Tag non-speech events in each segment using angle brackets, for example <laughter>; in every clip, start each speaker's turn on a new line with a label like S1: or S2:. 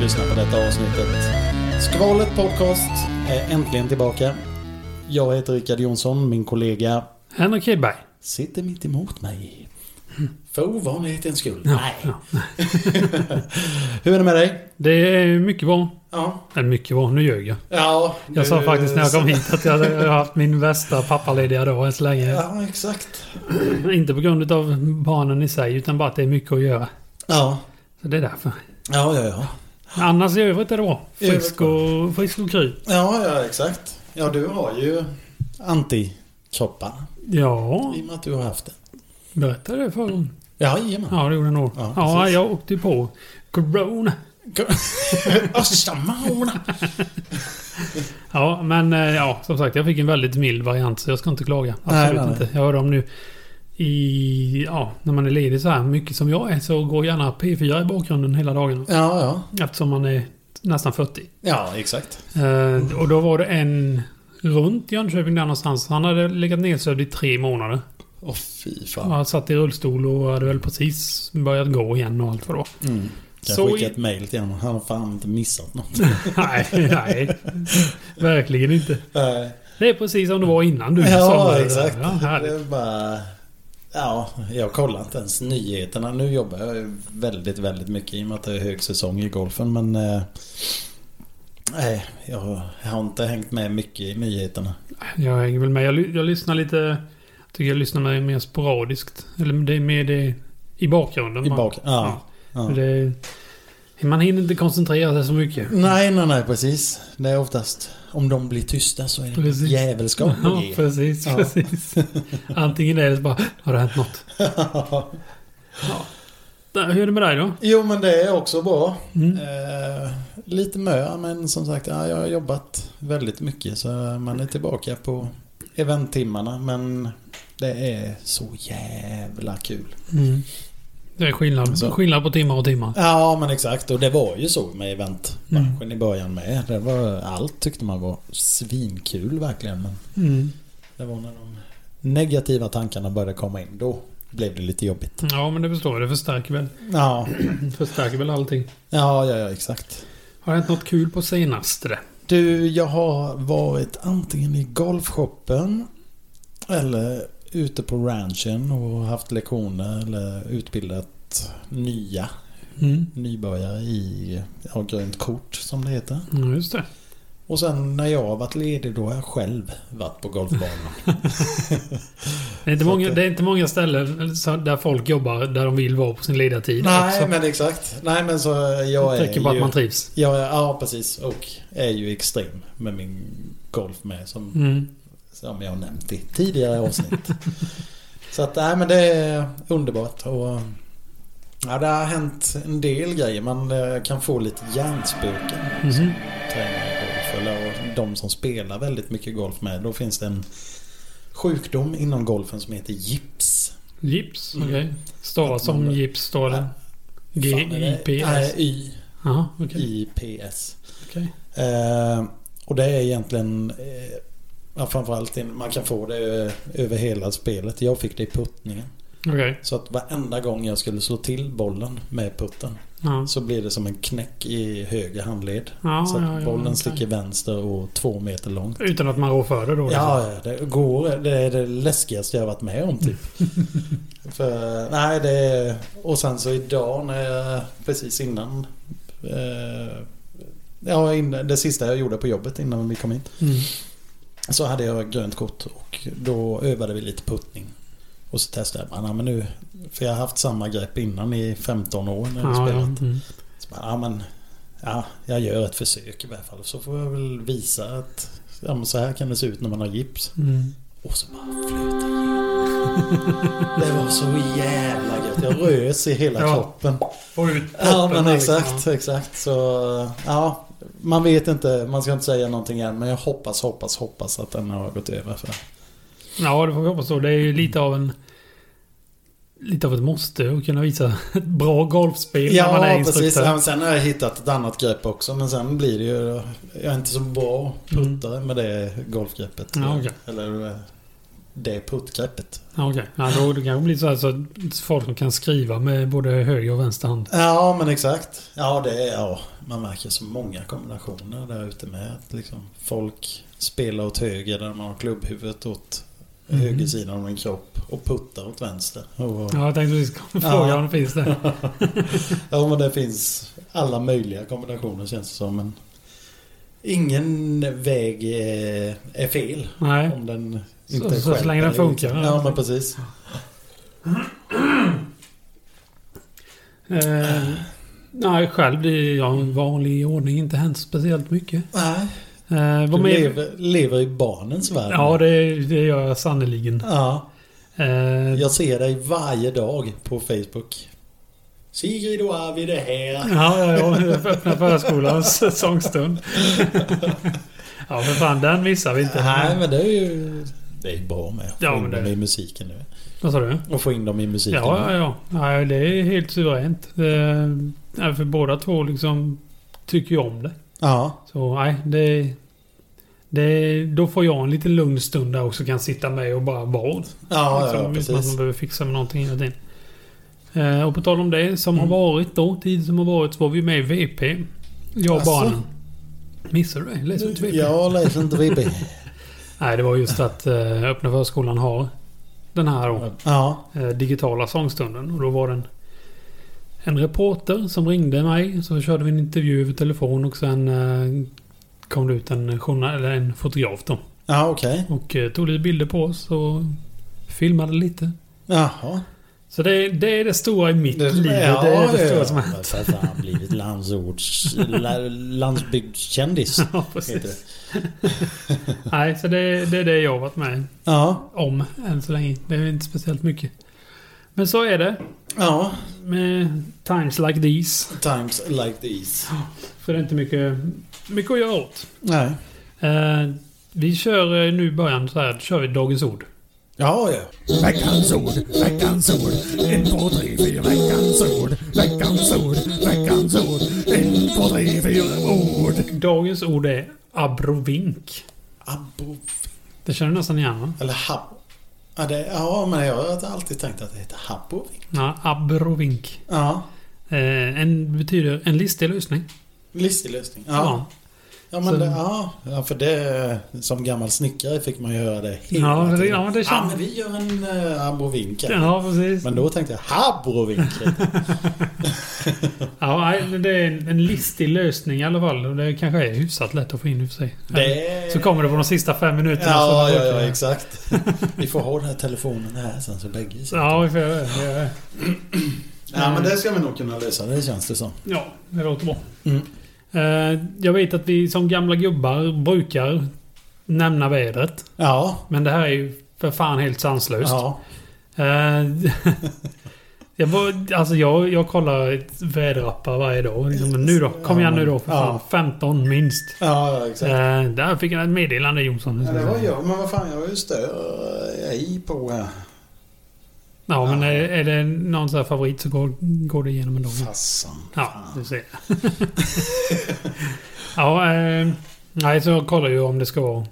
S1: lyssnar på detta avsnittet. Skvalet Podcast är äntligen tillbaka. Jag heter Rickard Jonsson, min kollega
S2: Henrik Kidberg.
S1: sitter mitt emot mig. För ovanlighetens skull.
S2: Ja,
S1: Nej.
S2: ja.
S1: Hur är det med dig?
S2: Det är mycket bra.
S1: Ja.
S2: Eller mycket bra, nu ljög jag.
S1: Ja.
S2: Jag sa
S1: du-
S2: faktiskt när jag kom hit att jag
S1: <laughs>
S2: hade haft min värsta pappalediga dag än så länge.
S1: Ja, exakt.
S2: Inte på grund av barnen i sig, utan bara att det är mycket att göra.
S1: Ja.
S2: Så det är därför.
S1: Ja, ja, ja.
S2: Men Annars i övrigt är det bra.
S1: I övrigt
S2: Frisk och, frisk och kry.
S1: Ja, ja, exakt. Ja, du har ju antikroppar.
S2: Ja,
S1: I och med att du har haft det.
S2: berättade jag det förra gången?
S1: Ja, jajamän.
S2: Ja, det gjorde jag nog.
S1: Ja,
S2: Ja,
S1: precis.
S2: jag åkte ju på corona. <laughs>
S1: Össamorna.
S2: Ja, men eh, ja, som sagt, jag fick en väldigt mild variant så jag ska inte klaga.
S1: Nej,
S2: Absolut
S1: nej, nej.
S2: inte. Jag hörde om nu i, ja, när man är ledig så här mycket som jag är så går gärna P4 i bakgrunden hela dagen.
S1: ja, ja.
S2: Eftersom man är nästan 40.
S1: Ja, exakt.
S2: Eh, och då var det en runt Jönköping där någonstans. Han hade legat nedsövd i tre månader.
S1: Åh, fy fan.
S2: Han satt i rullstol och hade väl precis börjat gå igen och allt vad det
S1: <laughs>
S2: var.
S1: Mm. Kan
S2: Så
S1: skicka
S2: i-
S1: ett mail till honom. Han har fan inte missat något.
S2: nej, nej. Verkligen inte.
S1: Nej.
S2: Det är precis som det var innan du sa
S1: Eh, ja,
S2: det.
S1: exakt.
S2: Ja,
S1: det
S2: härligt.
S1: är bara... Ja, jag kollar inte ens nyheterna. Nu jobbar jag ju väldigt, väldigt mycket i och med att det är högsäsong i golfen. Men... eh, Nej, jag har inte hängt med mycket i nyheterna.
S2: Jag hänger väl med. Jag, ly- jag lyssnar lite... Jag tycker jag lyssnar med mer sporadiskt. Eller det är mer det i bakgrunden.
S1: I
S2: Man-
S1: bak... Ja.
S2: Mm.
S1: ja.
S2: Det, man hinner inte koncentrera sig så mycket.
S1: Nej, nej, nej, precis. Det är oftast... Om de blir tysta så är det
S2: Precis.
S1: djävulskap på
S2: <laughs> Ja,
S1: G.
S2: precis,
S1: Ja.
S2: precis. Antingen det eller så bara, har det hänt något? Där, Hur är det med dig då?
S1: Jo, men det är också bra.
S2: Mm.
S1: Eh, lite mö, men som sagt, ja, jag har jobbat väldigt mycket så man är tillbaka på eventtimmarna. Men det är så jävla kul.
S2: Mm. Det är skillnad,
S1: Så.
S2: skillnad på timmar och timmar.
S1: Ja, men exakt. Och det var ju så med eventbranschen i början med. Det var, allt tyckte man var svinkul verkligen. Men
S2: Mm.
S1: det var när de negativa tankarna började komma in. Då blev det lite jobbigt.
S2: Ja, men det förstår jag. Det förstärker väl,
S1: Ja,
S2: Mm. förstärker väl allting.
S1: ja, ja, ja exakt.
S2: Har det hänt något kul på senaste?
S1: Du, jag har varit antingen i golfshoppen eller ute på ranchen och haft lektioner eller utbildat nya
S2: Mm.
S1: nybörjare i ja, grönt kort som det heter.
S2: Ja, just det.
S1: Och sen när jag har varit ledig då har jag själv varit på
S2: <laughs>
S1: golfbanan.
S2: Det är, inte
S1: Så
S2: många,
S1: att-
S2: det är inte många ställen så- där folk jobbar där de vill vara på sin lediga tid.
S1: Nej
S2: också.
S1: men exakt. Nej men så jag
S2: Jag
S1: är
S2: tänker bara att man
S1: ju...
S2: trivs.
S1: Ja, ja precis. Och är ju extrem med min golf med som
S2: Mm.
S1: Som jag har nämnt i tidigare avsnitt. så att, nej men det är underbart. Och, ja, det har hänt en del grejer. Man eh, kan få lite hjärnspöken.
S2: Mhm.
S1: Tränar i golf. Eller och de som spelar väldigt mycket golf med. Då finns det en sjukdom inom golfen som heter gips.
S2: Gips,
S1: Mm.
S2: okej. Stavas
S1: Att man-
S2: som gips, står det.
S1: Fan, är det- Nej,
S2: G-I-P-S.
S1: Y.
S2: Jaha, okej.
S1: IPS.
S2: Okej.
S1: Eh, och det är egentligen eh, ja, framförallt in- man kan få det eh, över hela spelet. Jag fick det i puttningen.
S2: Okej.
S1: Så att varenda gång jag skulle slå till bollen med putten
S2: Ja.
S1: så blir det som en knäck i höger handled.
S2: Ja,
S1: så att
S2: ja, ja,
S1: bollen
S2: okej.
S1: sticker vänster och två meter lång.
S2: Utan att man rår för det då? liksom.
S1: Ja, ja, det går. Det är det läskigaste jag har varit med om
S2: <laughs>
S1: typ. För, nej, det är, och sen så idag när jag precis innan eh, Ja, innan- det sista jag gjorde på jobbet innan vi kom in.
S2: Mm.
S1: Så hade jag grönt kort och då övade vi lite puttning. Och så testade jag bara, "Nej, men nu, för jag har haft samma grepp innan i 15 år när jag
S2: Ja, ja.
S1: spelat.
S2: Mm.
S1: Så bara, "Ja, men, ja, jag gör ett försök i alla fall. Så får jag väl visa att ja, men så här kan det se ut när man har gips.
S2: Mm.
S1: Och så bara flöt det igenom. <laughs> Det var så jävla gött. Jag rös i hela
S2: Ja.
S1: kroppen.
S2: Och ut
S1: Ja men
S2: där, liksom.
S1: exakt, exakt. Så ja, man vet inte, man ska inte säga någonting än. Men jag hoppas, hoppas, hoppas att den har gått över. För.
S2: Ja, det får vi hoppas då. Det är ju lite av en... Lite av ett måste att kunna visa ett bra golfspel när man är
S1: Ja
S2: instruktör.
S1: precis, Ja, men sen har jag hittat ett annat grepp också. Men sen blir det ju, jag är inte så bra puttare med det golfgreppet.
S2: Mm. Ja, okej.
S1: Eller eh, det puttgreppet.
S2: Ja, okej. Ja, då, då kanske blir så här så att folk som kan skriva med både höger och vänster hand.
S1: Ja, men exakt. Ja, det är, ja, man märker så många kombinationer där ute med. Att liksom folk spelar åt höger där man har klubbhuvudet åt
S2: Mm.
S1: högersidan av en kropp och puttar åt vänster. Och,
S2: Ja, jag tänkte precis fråga
S1: Ja.
S2: om det finns det.
S1: ja, men det finns alla möjliga kombinationer känns det som. Men ingen väg är, är fel.
S2: Nej.
S1: Om den
S2: Så-
S1: inte
S2: så
S1: stjälper
S2: länge den
S1: eller
S2: funkar,
S1: liksom.
S2: ja.
S1: Ja, men precis.
S2: Eh, nej, själv blir jag i vanlig ordning inte hänt speciellt mycket.
S1: Nej,
S2: Eh, vad
S1: du
S2: mer?
S1: lever, lever i barnens värld.
S2: Ja, det, det gör jag sannerligen.
S1: ja.
S2: Eh,
S1: Jag ser dig varje dag på Facebook. Sigrid och Arvid är här.
S2: Ja, ja, ja. Öppna förskolans säsongstund. <laughs> Ja, för fan. Den missar vi inte.
S1: Nej, men det är ju... Det är bra med. Få
S2: Ja,
S1: in
S2: men det-
S1: dem i musiken nu.
S2: Vad sa du?
S1: Och få in dem i musiken.
S2: Ja, ja, ja. Nej, det är helt suveränt. Eh, nej, för båda två liksom tycker ju om det.
S1: ja.
S2: Så nej, det... Det, då får jag en liten lugn stund där också kan sitta med och bara vara.
S1: Ja,
S2: liksom,
S1: ja,
S2: utan att man
S1: precis.
S2: behöver fixa med någonting hela tiden. Eh, och på tal om det som
S1: Mm.
S2: har varit då, tid som har varit, så var vi med i VP. Jag och
S1: Asså?
S2: barnen. Missade du det? Läser du inte VP?
S1: Ja, läs inte VB.
S2: Nej, det var just att eh, öppna förskolan har den här då,
S1: Ja.
S2: eh, digitala sångstunden. Och då var den en reporter som ringde mig. Så körde vi en intervju över telefon och sen eh, kom det ut en, journal- eller en fotograf då.
S1: Ja, okej.
S2: Och eh, tog lite bilder på oss och filmade lite.
S1: Jaha.
S2: Så det, det är det stora i mitt liv. det är <laughs> det stora som har hänt.
S1: För fan, blivit landsorts... la-
S2: <laughs>
S1: landsbygdskändis.
S2: Ja,
S1: heter
S2: precis.
S1: det.
S2: Nej, så det, det är det jag har varit med
S1: Ja.
S2: om än så länge. Det är inte speciellt mycket. Men så är det.
S1: Ja.
S2: Med times like these.
S1: Times like these.
S2: För det är inte mycket, mycket att göra åt.
S1: Nej.
S2: Eh, vi kör eh, nu i början så här. Då kör vi Dagens Ord.
S1: Ja, ja.
S3: Veckans ord, veckans ord, en, två, tre, fyra, veckans ord, veckans ord, veckans ord, en, två, tre, fyra, ord.
S2: Dagens Ord är abrovink.
S1: Abbo...
S2: Det känner du nästan igen va?
S1: Eller hab... Ja, det, ja, men jag har alltid tänkt att det heter Habovik.
S2: Ja, abrovink.
S1: Ja.
S2: Eh, en betyder en listig lösning.
S1: Listig lösning. Ja. Ja, men
S2: Så-
S1: det, ja. ja, för det... Som gammal snickare fick man ju höra det hela
S2: Ja, det-
S1: tiden.
S2: ja, det känns-
S1: ja, men vi gör en uh, abrovink.
S2: ja. ja precis.
S1: Men då tänkte jag habrovink.
S2: <laughs> Ja, nej, det är en, en listig lösning i alla fall. Och det kanske är hyfsat lätt att få in i och för sig.
S1: det...
S2: Så kommer det på de sista fem minuterna.
S1: Ja,
S2: så-
S1: ja, ja, exakt. Vi får ha den här telefonen här sen så bägge sitter.
S2: Ja, vi får göra det. vi gör det.
S1: ja, men det ska vi nog kunna lösa. Det känns det som.
S2: Ja, det låter bra.
S1: Mm.
S2: Eh, Jag vet att vi som gamla gubbar brukar nämna vädret.
S1: Ja.
S2: Men det här är ju för fan helt sanslöst.
S1: Ja.
S2: Eh, <laughs> jag, var, alltså jag, jag kollar ett väderappar varje dag. Liksom, men nu då? Kom igen nu då. För fan,
S1: Ja.
S2: 15 minst.
S1: Ja, ja, exakt.
S2: Eh, där fick jag ett meddelande Jonsson.
S1: Ja, det var jag. Men vad fan, jag har ju stör på här.
S2: Ja, men är, är det någon sån här favorit så går, går det igenom ändå.
S1: Fassan.
S2: Ja, du ser. <laughs> ja, eh, nej, så jag kollar ju om det ska vara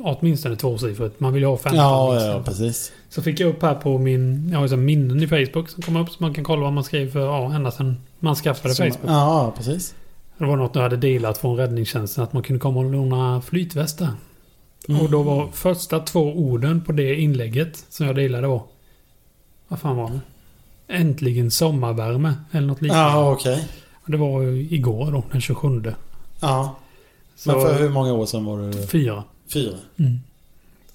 S2: åtminstone tvåsiffrigt. Man vill ju ha 15
S1: Ja,
S2: minst.
S1: ja, precis.
S2: Så fick jag upp här på min... Jag har ju sån minnen i Facebook som kom upp. Så man kan kolla vad man skrev för... Ja, ända sedan man skaffade
S1: Som-
S2: Facebook.
S1: Ja, precis.
S2: Det var något jag hade delat från räddningstjänsten. Att man kunde komma och låna flytvästar.
S1: Mm.
S2: Och då var första två orden på det inlägget som jag delade var... Vad fan var det? Äntligen sommarvärme. Eller något liknande.
S1: Ja, okej.
S2: Det var ju igår då, den 27.
S1: Ja.
S2: Så
S1: Men för hur många år sedan var det?
S2: Fyra.
S1: Fyra.
S2: Mm.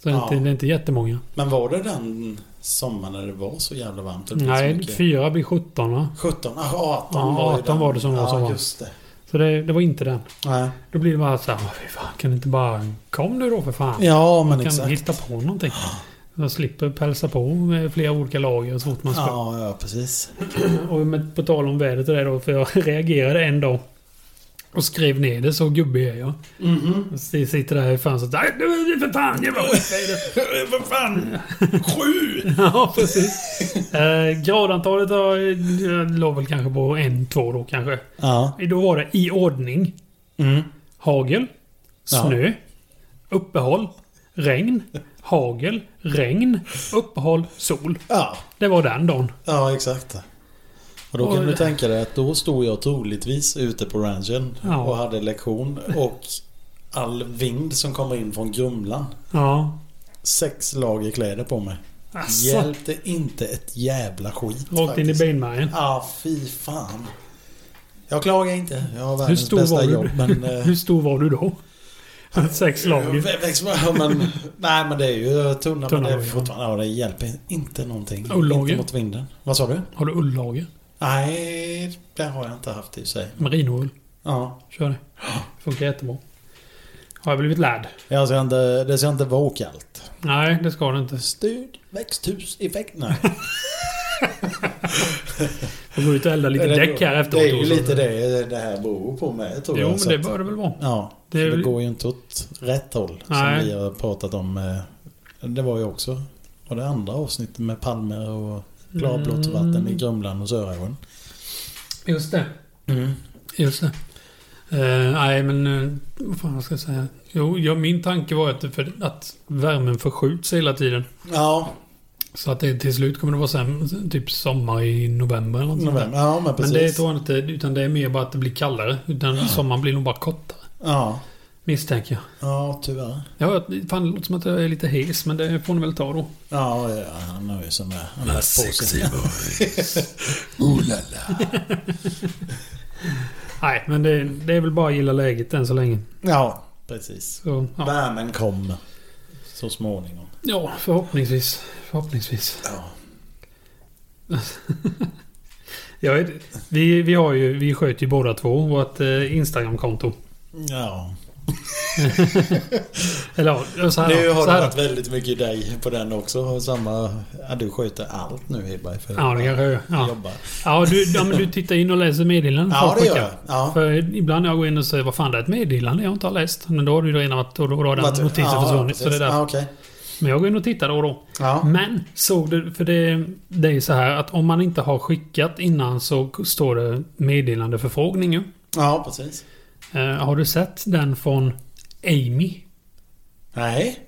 S2: Så det är,
S1: Ja.
S2: inte, det är inte jättemånga.
S1: Men var det den sommaren när det var så jävla varmt? och det blev så
S2: Nej,
S1: mycket?
S2: fyra blir 17 va?
S1: 17? Ah, 18
S2: Ja,
S1: var ju
S2: 18
S1: den.
S2: var det som var
S1: ja,
S2: så varmt.
S1: just det.
S2: Så det, det var inte den.
S1: Nej.
S2: Då blir det bara så här, "Åh, fy fan, kan du inte bara... Kom nu då för fan.
S1: Ja, men
S2: kan
S1: exakt.
S2: hitta på någonting. Man slipper pälsa på med flera olika lager så fort man ska.
S1: Ja, ja, precis.
S2: Och med, på tal om vädret och det då, för jag <laughs> reagerade en dag. Och skrev ner det, så gubbig är jag.
S1: Mhm.
S2: Och så sitter där i fönstret. Nej, nu är det för fan jävla
S1: <laughs>
S2: skitväder."
S1: Vad fan! Sju!
S2: <laughs> Ja, precis. Eh, gradantalet har, eh, låg väl kanske på en, två då kanske.
S1: Ja.
S2: Då var det i ordning.
S1: Mm.
S2: Hagel.
S1: Ja.
S2: Snö. Uppehåll. regn, hagel, regn, uppehåll, sol.
S1: Ja,
S2: Det var den dagen.
S1: ja exakt. Och då kan
S2: Oj.
S1: du tänka dig att då stod jag troligtvis ute på ranchen
S2: Ja.
S1: och hade lektion och all vind som kommer in från Grumlan.
S2: Ja.
S1: Sex lager kläder på mig.
S2: Alltså,
S1: Hjälpte inte ett jävla skit
S2: rakt in i
S1: faktiskt.
S2: benmärgen.
S1: Ja, ah, fy fan. Jag klagar inte. Jag har
S2: Hur
S1: världens
S2: stor,
S1: bästa
S2: var
S1: jobb.
S2: du? <laughs>
S1: Men, eh,
S2: Hur stor var du då? <laughs> Sex lager.
S1: Vä- växt- ja, men, nej men det är ju tunna,
S2: Tunna
S1: men det, är
S2: lager.
S1: fortfarande, ja, Oh, det hjälper inte någonting.
S2: Och lager.
S1: Inte mot vinden. Vad sa du?
S2: Har du ullager?
S1: Nej, det har jag inte haft i sig.
S2: Merinoull.
S1: Ja.
S2: Kör det. Funkar jättebra. Har jag blivit lärd?
S1: Jag ska inte, det ska inte vara kallt.
S2: Nej, det ska det inte.
S1: Styrd växthuseffekt. <laughs> Nej.
S2: Får gå ut och elda lite
S1: Det-
S2: däck här efteråt.
S1: Det är ju
S2: också.
S1: lite det det här beror på med tror
S2: Jo,
S1: jag.
S2: men
S1: så
S2: det
S1: att-
S2: bör det väl vara.
S1: Ja,
S2: Det
S1: det,
S2: är
S1: det
S2: väl-
S1: går ju inte åt rätt håll.
S2: Nej.
S1: Som vi har pratat om. eh, Det var ju också var det andra avsnittet med palmer och klarblått vatten i Grumlan och Sörögon.
S2: Just det.
S1: Mm.
S2: Just det. Eh, nej, men eh, vad fan ska jag säga? Jo, ja, min tanke var att, det- för, att värmen förskjuts hela tiden.
S1: Ja,
S2: Så att det till slut kommer det vara sen, typ sommar i november eller något sånt där.
S1: november. Ja, men
S2: Men
S1: precis.
S2: det tror jag inte, utan det är mer bara att det blir kallare. Utan sommaren blir nog bara kortare.
S1: ja.
S2: Misstänker jag.
S1: ja, tyvärr.
S2: Ja, jag- fan, det låter som att jag är lite hes, men det får ni väl ta då.
S1: Ja, ja, han har ju som är. Han har på sig.
S3: Ooh la la.
S2: Nej, men det, det är väl bara att gilla läget än så länge.
S1: Ja, precis.
S2: Så, ja.
S1: Värmen kommer. Så småningom.
S2: ja, förhoppningsvis. Förhoppningsvis.
S1: Ja.
S2: Ja, vi, vi, har ju, vi sköter ju båda två vårt eh, Instagram-konto.
S1: Ja.
S2: Eller ja, så här,
S1: Nu har
S2: så
S1: det
S2: här.
S1: varit väldigt mycket dig på den också. Samma... Ja, du sköter allt nu Hedberg. för
S2: Ja, det kanske jag gör. ja.
S1: Jobbar.
S2: ja, du, ja, men du tittar in och läser meddelanden.
S1: Ja,
S2: folk
S1: det gör
S2: skickar.
S1: jag. Ja.
S2: För ibland när jag går in och säger vad fan det är ett meddelande jag inte har läst. Men då har du ju redan varit och då har den
S1: Vad-
S2: notisen
S1: ja,
S2: försvunnit.
S1: precis.
S2: Så det är därför.
S1: Ja, okej.
S2: Men jag går in och tittar då och då.
S1: Ja.
S2: Men såg du, för det, det är ju så här att om man inte har skickat innan så står det meddelande förfrågning ju.
S1: ja, precis.
S2: Eh, har du sett den från Amy?
S1: Nej.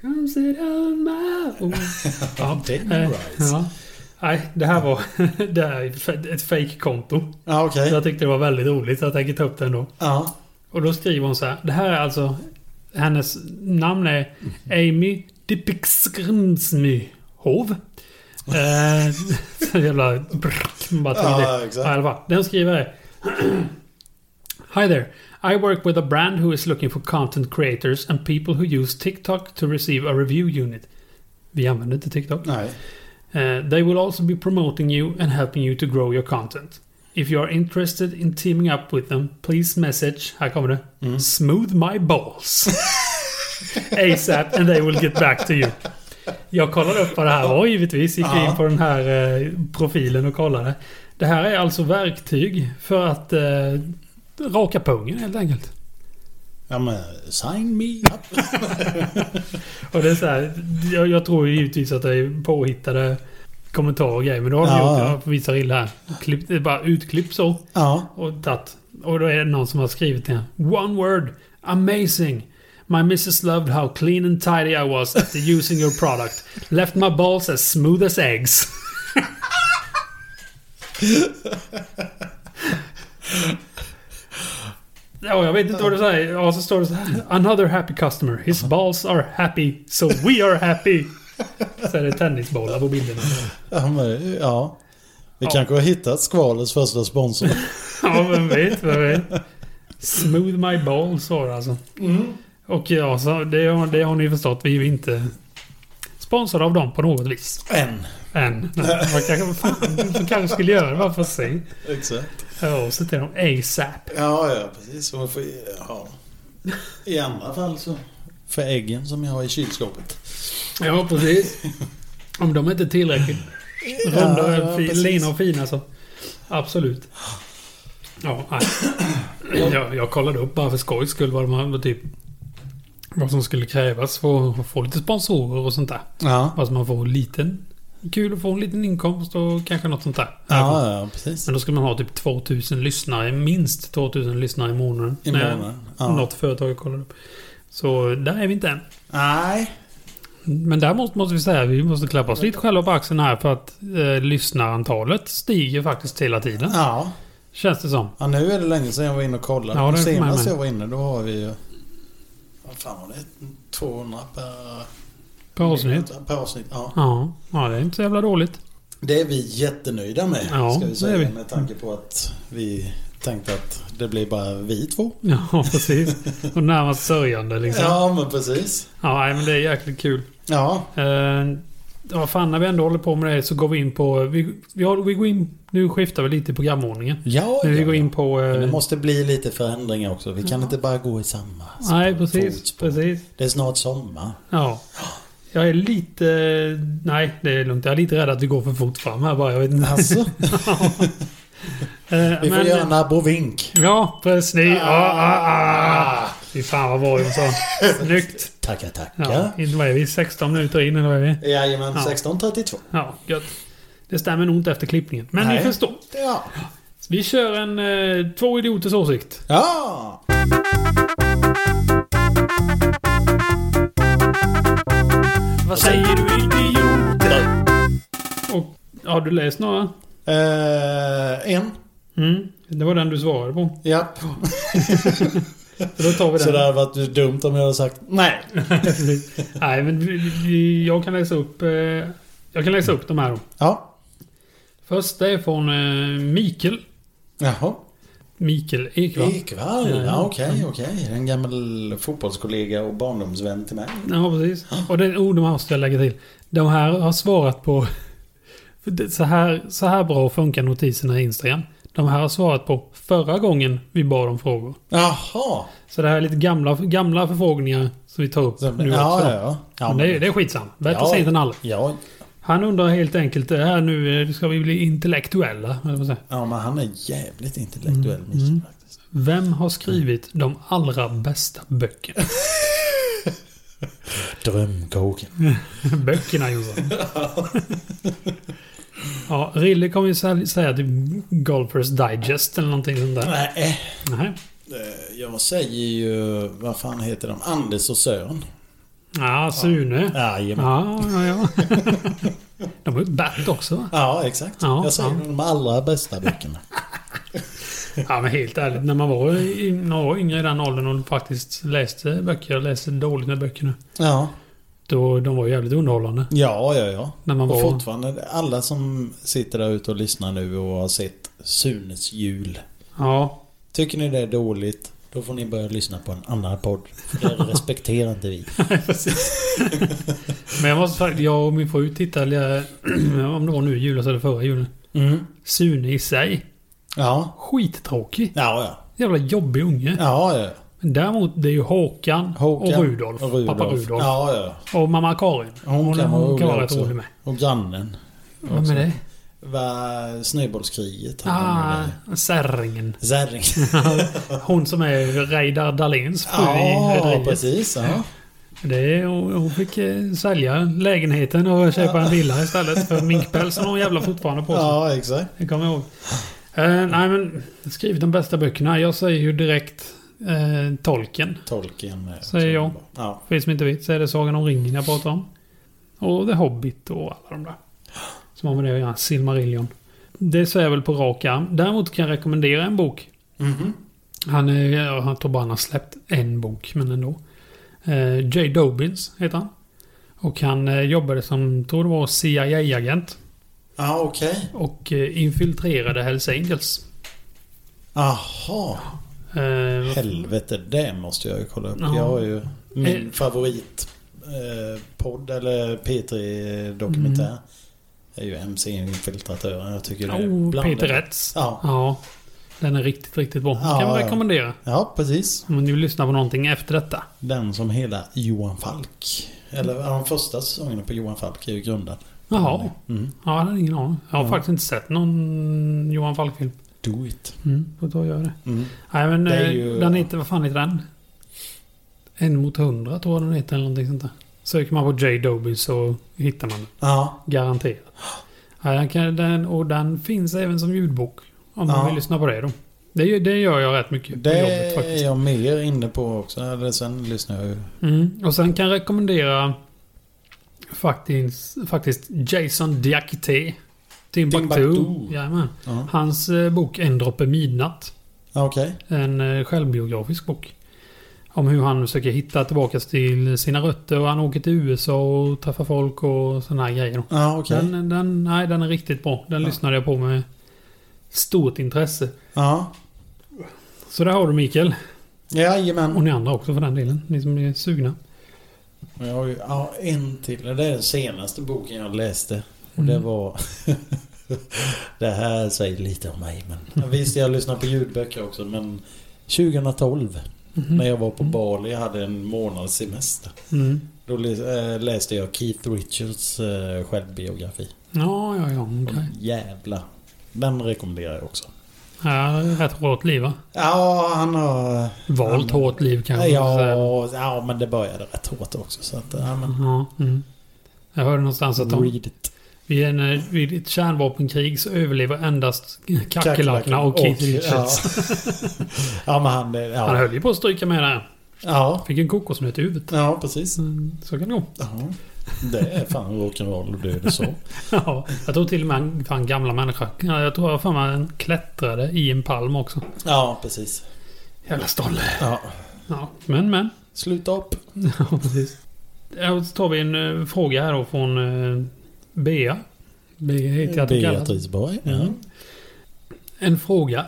S2: Come sit on my own.
S1: <laughs>
S2: ja,
S1: det är
S2: eh,
S1: right.
S2: ja. Nej, det här var <laughs> det här är ett fe- ett fake-konto.
S1: Ja, okej.
S2: Jag tyckte det var väldigt roligt så jag tänker ta upp den då.
S1: Ja.
S2: Och då skriver hon så här. Det här är alltså... Hennes namn är Amy Dipixgrimsmy Hov. Eh, <laughs> så jävla... brrrt, Bara tog
S1: Ja,
S2: det.
S1: exakt.
S2: Ja, i alla fall. Den skriver här. Hi there. I work with a brand who is looking for content creators and people who use TikTok to receive a review unit. Vi använder inte TikTok.
S1: Nej.
S2: Uh, they will also be promoting you and helping you to grow your content. If you are interested in teaming up with them, please message, här kommer det, smooth my balls. ASAP and they will get back to you. Jag kollade upp vad det här var givetvis. Gick
S1: Ja.
S2: in på den här eh, profilen och kollade. Det här är alltså verktyg för att eh, raka pungen helt enkelt.
S1: Ja, men sign me up.
S2: Och det är så här, jag, jag tror ju givetvis att det är påhittade kommentarer och grejer. Men då har de
S1: Ja,
S2: gjort
S1: ja.
S2: ja. på vissa reel här. Klipp, det är bara utklipp så.
S1: ja.
S2: Och tatt. Och då är det någon som har skrivit det. One word. Amazing. My missus loved how clean and tidy I was after using your product. Left my balls as smooth as eggs. Ja, jag vet inte vad du säger. Och så står det så här. Another happy customer. His balls are happy, so we are happy. Så är det tennisbollar på bilden.
S1: Ja, men, ja. Vi kanske har hittat Skvalers första sponsor.
S2: Ja, vem vet, vem vet. Smooth my balls var det alltså. Och ja, så det, har- det har ni förstått. Vi är ju inte sponsrade av dem på något vis.
S1: <laughs> En.
S2: Än. Nej, Man kanske, fan, man kanske skulle göra det bara för att se.
S1: Exakt.
S2: Ja, och så till dem ASAP.
S1: Ja, ja, precis. Så får, ja. I andra fall så. För äggen som jag har i kylskåpet.
S2: Ja,
S1: <laughs>
S2: precis. Om de inte är tillräckligt runda
S1: Ja,
S2: och
S1: precis.
S2: fin, lina och fina så... Absolut. Ja, nej. Jag, jag kollade upp bara för skojs skull vad, de, hade, typ, vad som skulle krävas för att få lite sponsorer och sånt där.
S1: Ja.
S2: Alltså man får en liten... Kul att få en liten inkomst och kanske något sånt där.
S1: Ja, ja, precis.
S2: Men då ska man ha typ 2000 lyssnare, minst 2000 lyssnare i månaden.
S1: I
S2: Nej,
S1: månaden. Ja.
S2: Något företag jag kollade upp. Så där är vi inte än.
S1: Nej.
S2: Men däremot måste vi säga att vi måste klappa oss lite själva på axeln här för att eh, lyssnarantalet stiger faktiskt hela tiden.
S1: Ja.
S2: Känns det som.
S1: ja. Nu är det länge sedan jag var inne och kollade.
S2: Ja, det är för mig
S1: Senast
S2: med.
S1: jag var inne då har vi ju... Vad fan var det? 200 per...
S2: Per avsnitt.
S1: Per avsnitt, ja.
S2: Ja. ja, det är inte så jävla dåligt.
S1: Det är vi jättenöjda med.
S2: Ja,
S1: ska
S2: det är
S1: vi säga.
S2: vi.
S1: Med tanke på att vi tänkte att det blir bara vi två.
S2: Ja, precis. <laughs> Och närmast sörjande liksom. Ja,
S1: Ja, men precis.
S2: nej, men det är jäkligt kul.
S1: Ja,
S2: Eh, vad fan, när vi ändå håller på med det så går vi in på... Vi, vi, har, vi går in... Nu skiftar vi lite i programordningen.
S1: ja,
S2: Men vi
S1: ja,
S2: går
S1: ja.
S2: in på... eh,
S1: Men det måste bli lite förändringar också. Vi kan inte bara gå i samma spår-
S2: nej, precis.
S1: fotspår.
S2: Precis.
S1: Det är snart sommar.
S2: Ja. Jag är lite... Nej, det är lugnt. Jag är lite rädd att vi går för fort fram här bara. Jag vet inte.
S1: Alltså,
S2: Eh,
S1: <laughs> vi får
S2: men-
S1: göra en abrovink.
S2: Ja, precis. Ah, ah, ah. Fy fan vad bra Jonsson. Snyggt.
S1: Tackar, tackar.
S2: Ja, inte vad är vi? 16 minuter in eller vad är vi?
S1: Jajamän,
S2: Ja.
S1: 16.32.
S2: Ja, gött. Det stämmer nog inte efter klippningen. Men
S1: Nej.
S2: ni förstår.
S1: Ja.
S2: Vi kör en eh, två idioters åsikt.
S1: ja!
S2: Vad säger du idioter? Och, har du läst några?
S1: Eh, en.
S2: Mm. Det var den du svarade på.
S1: Ja.
S2: Så då tar vi den.
S1: Så det
S2: <laughs>
S1: hade varit dumt om jag hade sagt nej.
S2: Nej, men vi- vi- jag kan läsa upp... eh, Jag kan läsa upp de här då.
S1: Ja.
S2: Första är från eh, Mikael.
S1: Jaha.
S2: Mikael Ekvall.
S1: Ekvall?
S2: Ja,
S1: Ja,
S2: ja.
S1: okej, okej. En gammal fotbollskollega och barndomsvän till mig.
S2: Ja, precis. Och den ord de här måste jag lägga till. De här har svarat på... För det- Så här, så här bra funkar notiserna i Instagram. De här har svarat på förra gången vi bad om frågor.
S1: Jaha!
S2: Så det här är lite gamla, gamla förfrågningar som vi tar upp
S1: Så,
S2: nu
S1: ja,
S2: också.
S1: ja, ja. ja,
S2: men det, är- det är skitsam. Bättre
S1: Ja.
S2: sent än aldrig.
S1: ja,
S2: Han undrar helt enkelt, det här nu eh, ska vi bli intellektuella. eller vad säger jag?
S1: ja, men han är jävligt intellektuell,
S2: Mm.
S1: Mikael. faktiskt.
S2: Vem har skrivit de allra bästa böckerna?
S1: Drömkoken.
S2: Böckerna Jonsson. ja, Rille kommer ju sä- säga typ Golfers Digest eller någonting sånt där.
S1: Nej,
S2: Nej.
S1: eh, jag säger ju... Vad fan heter de? Anders och Sören.
S2: Ja, Sune.
S1: Jajamän.
S2: Ja, ja, ja. De har ju Bert också va?
S1: Ja, exakt.
S2: Ja,
S1: jag säger
S2: ja.
S1: de allra bästa
S2: <laughs>
S1: böckerna.
S2: Ja, men helt ärligt. När man var i, några år yngre i den åldern och faktiskt läste böcker. Jag läste dåligt med böckerna.
S1: Ja,
S2: Då, de var ju jävligt underhållande.
S1: ja, ja. ja.
S2: När man
S1: Och
S2: var...
S1: fortfarande, alla som sitter där ute och lyssnar nu och har sett Sunes jul.
S2: Ja,
S1: Tycker ni det är dåligt, då får ni börja lyssna på en annan podd. För det respekterar inte
S2: <laughs>
S1: vi.
S2: Men jag måste faktiskt, jag och min fru tittade, jag- <clears throat> om det var nu i julas eller förra julen. Sune i sig.
S1: Ja.
S2: Skittråkig.
S1: Ja, ja.
S2: Jävla jobbig unge.
S1: Ja, ja.
S2: Men däremot det är ju Håkan,
S1: Håkan
S2: och Rudolf. Pappa Rudolf.
S1: Ja, ja.
S2: Och mamma Karin.
S1: Hon kan vara rolig
S2: rätt
S1: också.
S2: rolig med.
S1: Och grannen.
S2: Vem är det?
S1: Va, snöbollskriget.
S2: Ah, Särringen.
S1: Zärring.
S2: <laughs> Hon som är Reidar Dahléns fru i
S1: Ja,
S2: Rederiet.
S1: precis. Ja.
S2: Det är, hon hon fick eh, sälja lägenheten och köpa en villa istället för minkpälsen hon jävla fortfarande på sig.
S1: ja, exakt.
S2: Det kommer jag ihåg. Eh, nej men, skriv de bästa böckerna. Jag säger ju direkt eh, Tolkien.
S1: Tolkien. eh,
S2: Säger jag.
S1: Ja.
S2: För er som inte vet så är det Sagan om ringen jag pratar om. Och The Hobbit och alla de där. Som har med det att göra. Silmarillion. Det säger jag väl på rak arm. Däremot kan jag rekommendera en bok.
S1: Mhm.
S2: Han, är, ja, jag tror bara han har släppt en bok, men ändå. Eh, J. Dobbins heter han. Och han eh, jobbade som, tror det var CIA-agent.
S1: Ja, okej.
S2: Och eh, infiltrerade Hells Angels.
S1: Jaha.
S2: Eh,
S1: Helvete, det måste jag ju kolla upp.
S2: Ja.
S1: Jag har ju min
S2: Eh.
S1: favorit eh, podd eller P3 dokumentär.
S2: Mm.
S1: är ju MC-infiltratören. Jag tycker det är
S2: oh,
S1: bland
S2: Peter
S1: det-
S2: Rätts.
S1: Ja.
S2: ja. Den är riktigt, riktigt bra.
S1: Ja,
S2: kan man
S1: ja.
S2: rekommendera.
S1: Ja, precis.
S2: Om ni vill lyssna på någonting efter detta.
S1: Den som hela Johan Falk. Eller ja, de första säsongerna på Johan Falk är ju grundad.
S2: Jaha.
S1: Mm.
S2: Ja, jag hade ingen aning. Jag har
S1: Ja.
S2: faktiskt inte sett någon Johan Falk-film.
S1: Do it.
S2: Mm, får ta och göra det.
S1: Mm.
S2: Nej, men
S1: Det är
S2: eh,
S1: ju-
S2: den heter... Vad fan heter den? En mot hundra tror jag den heter eller någonting sånt där. Söker man på J. Dobby så hittar man den.
S1: Ja.
S2: Garanterat. Ja, den kan, den, och den finns även som ljudbok. Om
S1: Ja.
S2: man vill lyssna på det då. Det, gör- det gör jag rätt mycket på
S1: Det
S2: jobbet
S1: är
S2: faktiskt.
S1: jag mer inne på också. Eller sen lyssnar jag ju.
S2: Mm. Och sen kan jag rekommendera faktiskt, faktiskt Jason Diakité. Timbuktu.
S1: Timbuktu.
S2: Jajamän.
S1: Ja.
S2: Hans eh, bok En droppe midnatt.
S1: Ja, Okej.
S2: En eh, självbiografisk bok. Om hur han försöker hitta tillbaka till sina rötter och han åker till USA och träffar folk och sådana här grejer. då.
S1: Ja, okej.
S2: Den, eh, den, nej, den är riktigt bra. Den
S1: Ja.
S2: lyssnade jag på med stort intresse.
S1: Ja.
S2: Så där har du Mikael.
S1: Jajamän.
S2: Och ni andra också för den delen. Ni som är sugna.
S1: Jag har ju ja, en till. Det är den senaste boken jag läste. Och det
S2: Mm.
S1: var... <laughs> det här säger lite om mig men... Visst, jag lyssnar på ljudböcker också men... 2012
S2: Mhm.
S1: när jag var på Bali jag hade en månads semester.
S2: Mm.
S1: Då lä- eh, läste jag Keith Richards eh, självbiografi.
S2: Ja, ja, ja. Okej.
S1: Okay. Jävla. Den rekommenderar jag också.
S2: Ja, rätt hårt liv va?
S1: Ja, han har...
S2: Valt
S1: Ja, men-
S2: hårt liv kanske.
S1: ja,
S2: Så här.
S1: ja, men det började rätt hårt också. Så att, ja, men,
S2: ja mm. Jag hörde någonstans att de,
S1: read it.
S2: vid, en, eh, vid ett kärnvapenkrig så överlever endast kackerlackorna och Keith Richards.
S1: Ja. <laughs> ja, men han... är-
S2: Han
S1: Ja,
S2: höll ju på att stryka med där.
S1: ja,
S2: Fick en kokosnöt i huvudet.
S1: ja precis.
S2: Mm, Så kan det gå. <laughs>
S1: Ja. Det är fan rock'n'roll och det är det så.
S2: Ja, jag tror till och med en fan gamla människa. Ja, Jag tror jag för mig han klättrade i en palm också.
S1: Ja, precis.
S2: Jävla stolle.
S1: Ja.
S2: Ja, men men. <laughs>
S1: Sluta upp.
S2: Ja, precis. Ja, Så tar vi en eh, fråga här då från eh, Bea. Bea heter jag att hon kallas.
S1: Beatrice Borg. Ja.
S2: Mm. En fråga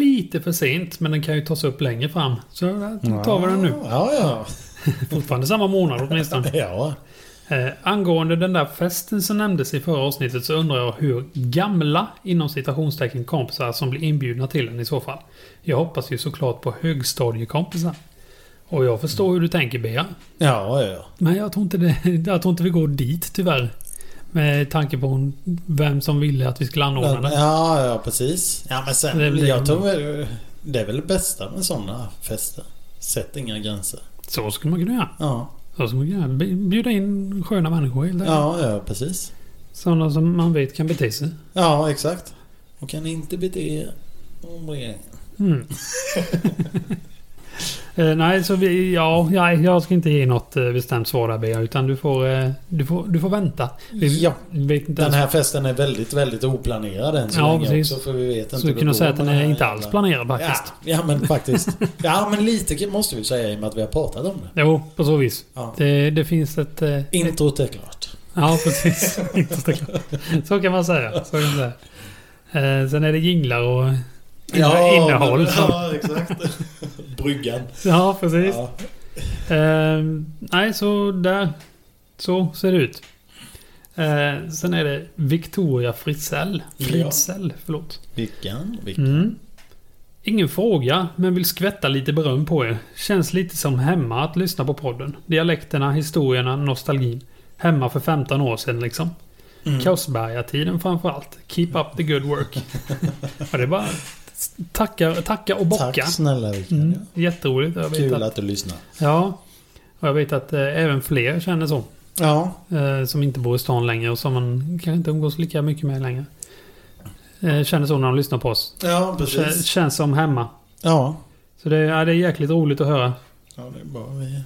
S2: lite för sent, men den kan ju tas upp längre fram. Så då tar vi den nu.
S1: Ja, ja.
S2: Fortfarande samma månad
S1: <laughs>
S2: åtminstone.
S1: Ja,
S2: Eh, angående den där festen som nämndes i förra avsnittet så undrar jag hur gamla inom citationstecken kompisar som blir inbjudna till den i så fall. Jag hoppas ju såklart på högstadiekompisar. Och jag förstår hur du tänker Bea.
S1: ja. ja.
S2: Men jag tror inte, det, <laughs> jag tror inte vi går dit tyvärr. Med tanke på vem som ville att vi skulle anordna det.
S1: Ja, ja precis. Ja, men sen,
S2: Det är väl det.
S1: jag tror väl, det är väl det bästa med sådana fester. Sätt inga gränser.
S2: Så skulle man kunna göra.
S1: Ja,
S2: Så skulle man kunna göra. Bjuda in sköna människor helt enkelt.
S1: ja, ja precis.
S2: Sådana som man vet kan bete sig.
S1: Ja, exakt. Och kan ni inte bete er om det.
S2: Mm. Eh, nej, så vi, ja, nej, jag ska inte ge något eh, bestämt svar där Bea. Utan du får, eh, du får, du får vänta. Vi
S1: Ja.
S2: vet inte
S1: Den
S2: ens,
S1: här festen är väldigt, väldigt oplanerad än så
S2: Ja,
S1: länge
S2: precis.
S1: också, för vi vet inte
S2: så
S1: hur
S2: vi
S1: det
S2: kunde
S1: går
S2: säga att den
S1: med
S2: är
S1: här
S2: inte
S1: jävla-
S2: alls planerad faktiskt.
S1: Ja, ja,
S2: <laughs>
S1: men faktiskt. Ja, men lite måste vi säga i och med att vi har pratat om det.
S2: Jo, på så vis.
S1: Ja.
S2: Det, det finns ett... eh,
S1: Introt är klart.
S2: Ja, precis. <laughs> Inte stäcka. så kan man säga. Så kan man säga. Eh, sen är det jinglar och inne- innehåll.
S1: men- <laughs>
S2: Ja,
S1: Ja, exakt.
S2: <laughs>
S1: Bryggan.
S2: ja precis.
S1: Ja.
S2: Eh, nej, så där. Så ser det ut. Eh, sen är det Victoria Fritzell.
S1: Ja.
S2: Fritzell, förlåt.
S1: Vilken? Vilken?
S2: Mm. Ingen fråga, men vill skvätta lite beröm på er. Känns lite som hemma att lyssna på podden. Dialekterna, historierna, nostalgin. Hemma för 15 år sedan liksom.
S1: Mm.
S2: Kaosberga-tiden framförallt. Keep up the
S1: <laughs>
S2: good work. och det är bara att tacka, tacka och bocka.
S1: Tack snälla Rickard.
S2: Mm, jätteroligt. Jag vet
S1: Kul
S2: att,
S1: att du lyssnar.
S2: ja, och jag vet att eh, även fler känner så.
S1: Ja.
S2: Eh, som inte bor i stan längre och som man kan inte umgås lika mycket med längre. Eh, känner så när de lyssnar på oss.
S1: Ja,
S2: Kän,
S1: precis.
S2: känns som hemma.
S1: Ja.
S2: Så det, ja, det är jäkligt roligt att höra.
S1: Ja, det är bra vi...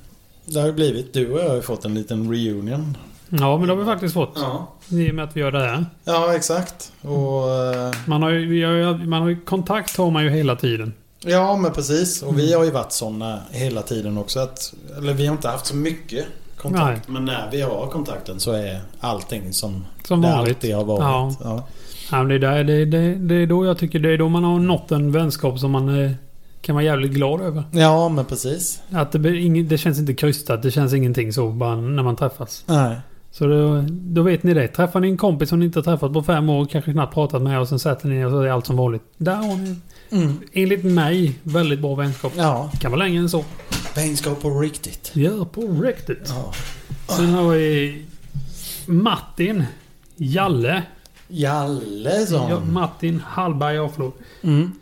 S1: Det har ju blivit. Du och jag har ju fått en liten reunion.
S2: Ja, men det har vi faktiskt fått.
S1: Ja.
S2: I och med att vi gör det här.
S1: Ja, exakt. Och... eh,
S2: Man har ju, vi har ju, man har ju kontakt har man ju hela tiden.
S1: Ja, men precis. Och
S2: Mm.
S1: vi har ju varit sådana hela tiden också. Att, eller vi har inte haft så mycket kontakt. Men när vi har kontakten så är allting som,
S2: Som
S1: det
S2: vanligt.
S1: alltid har varit.
S2: Ja.
S1: Ja.
S2: Ja, men det, där, det, det, det är då jag tycker det är då man har nått en vänskap som man eh, kan vara jävligt glad över.
S1: ja, men precis.
S2: Att det, blir ing, det känns inte krystat. Det känns ingenting så bara när man träffas.
S1: Nej.
S2: Så då, då vet ni det. Träffar ni en kompis som ni inte har träffat på fem år kanske knappt pratat med och sen sätter ni er och så är allt som vanligt. Där har ni
S1: Mm.
S2: enligt mig väldigt bra vänskap.
S1: Ja,
S2: Kan vara längre än så.
S1: vänskap på riktigt.
S2: Gör på riktigt.
S1: Ja.
S2: Sen har vi Martin Jalle.
S1: Jalle som...
S2: Ja, Martin Hallberg Aflod.
S1: Mm.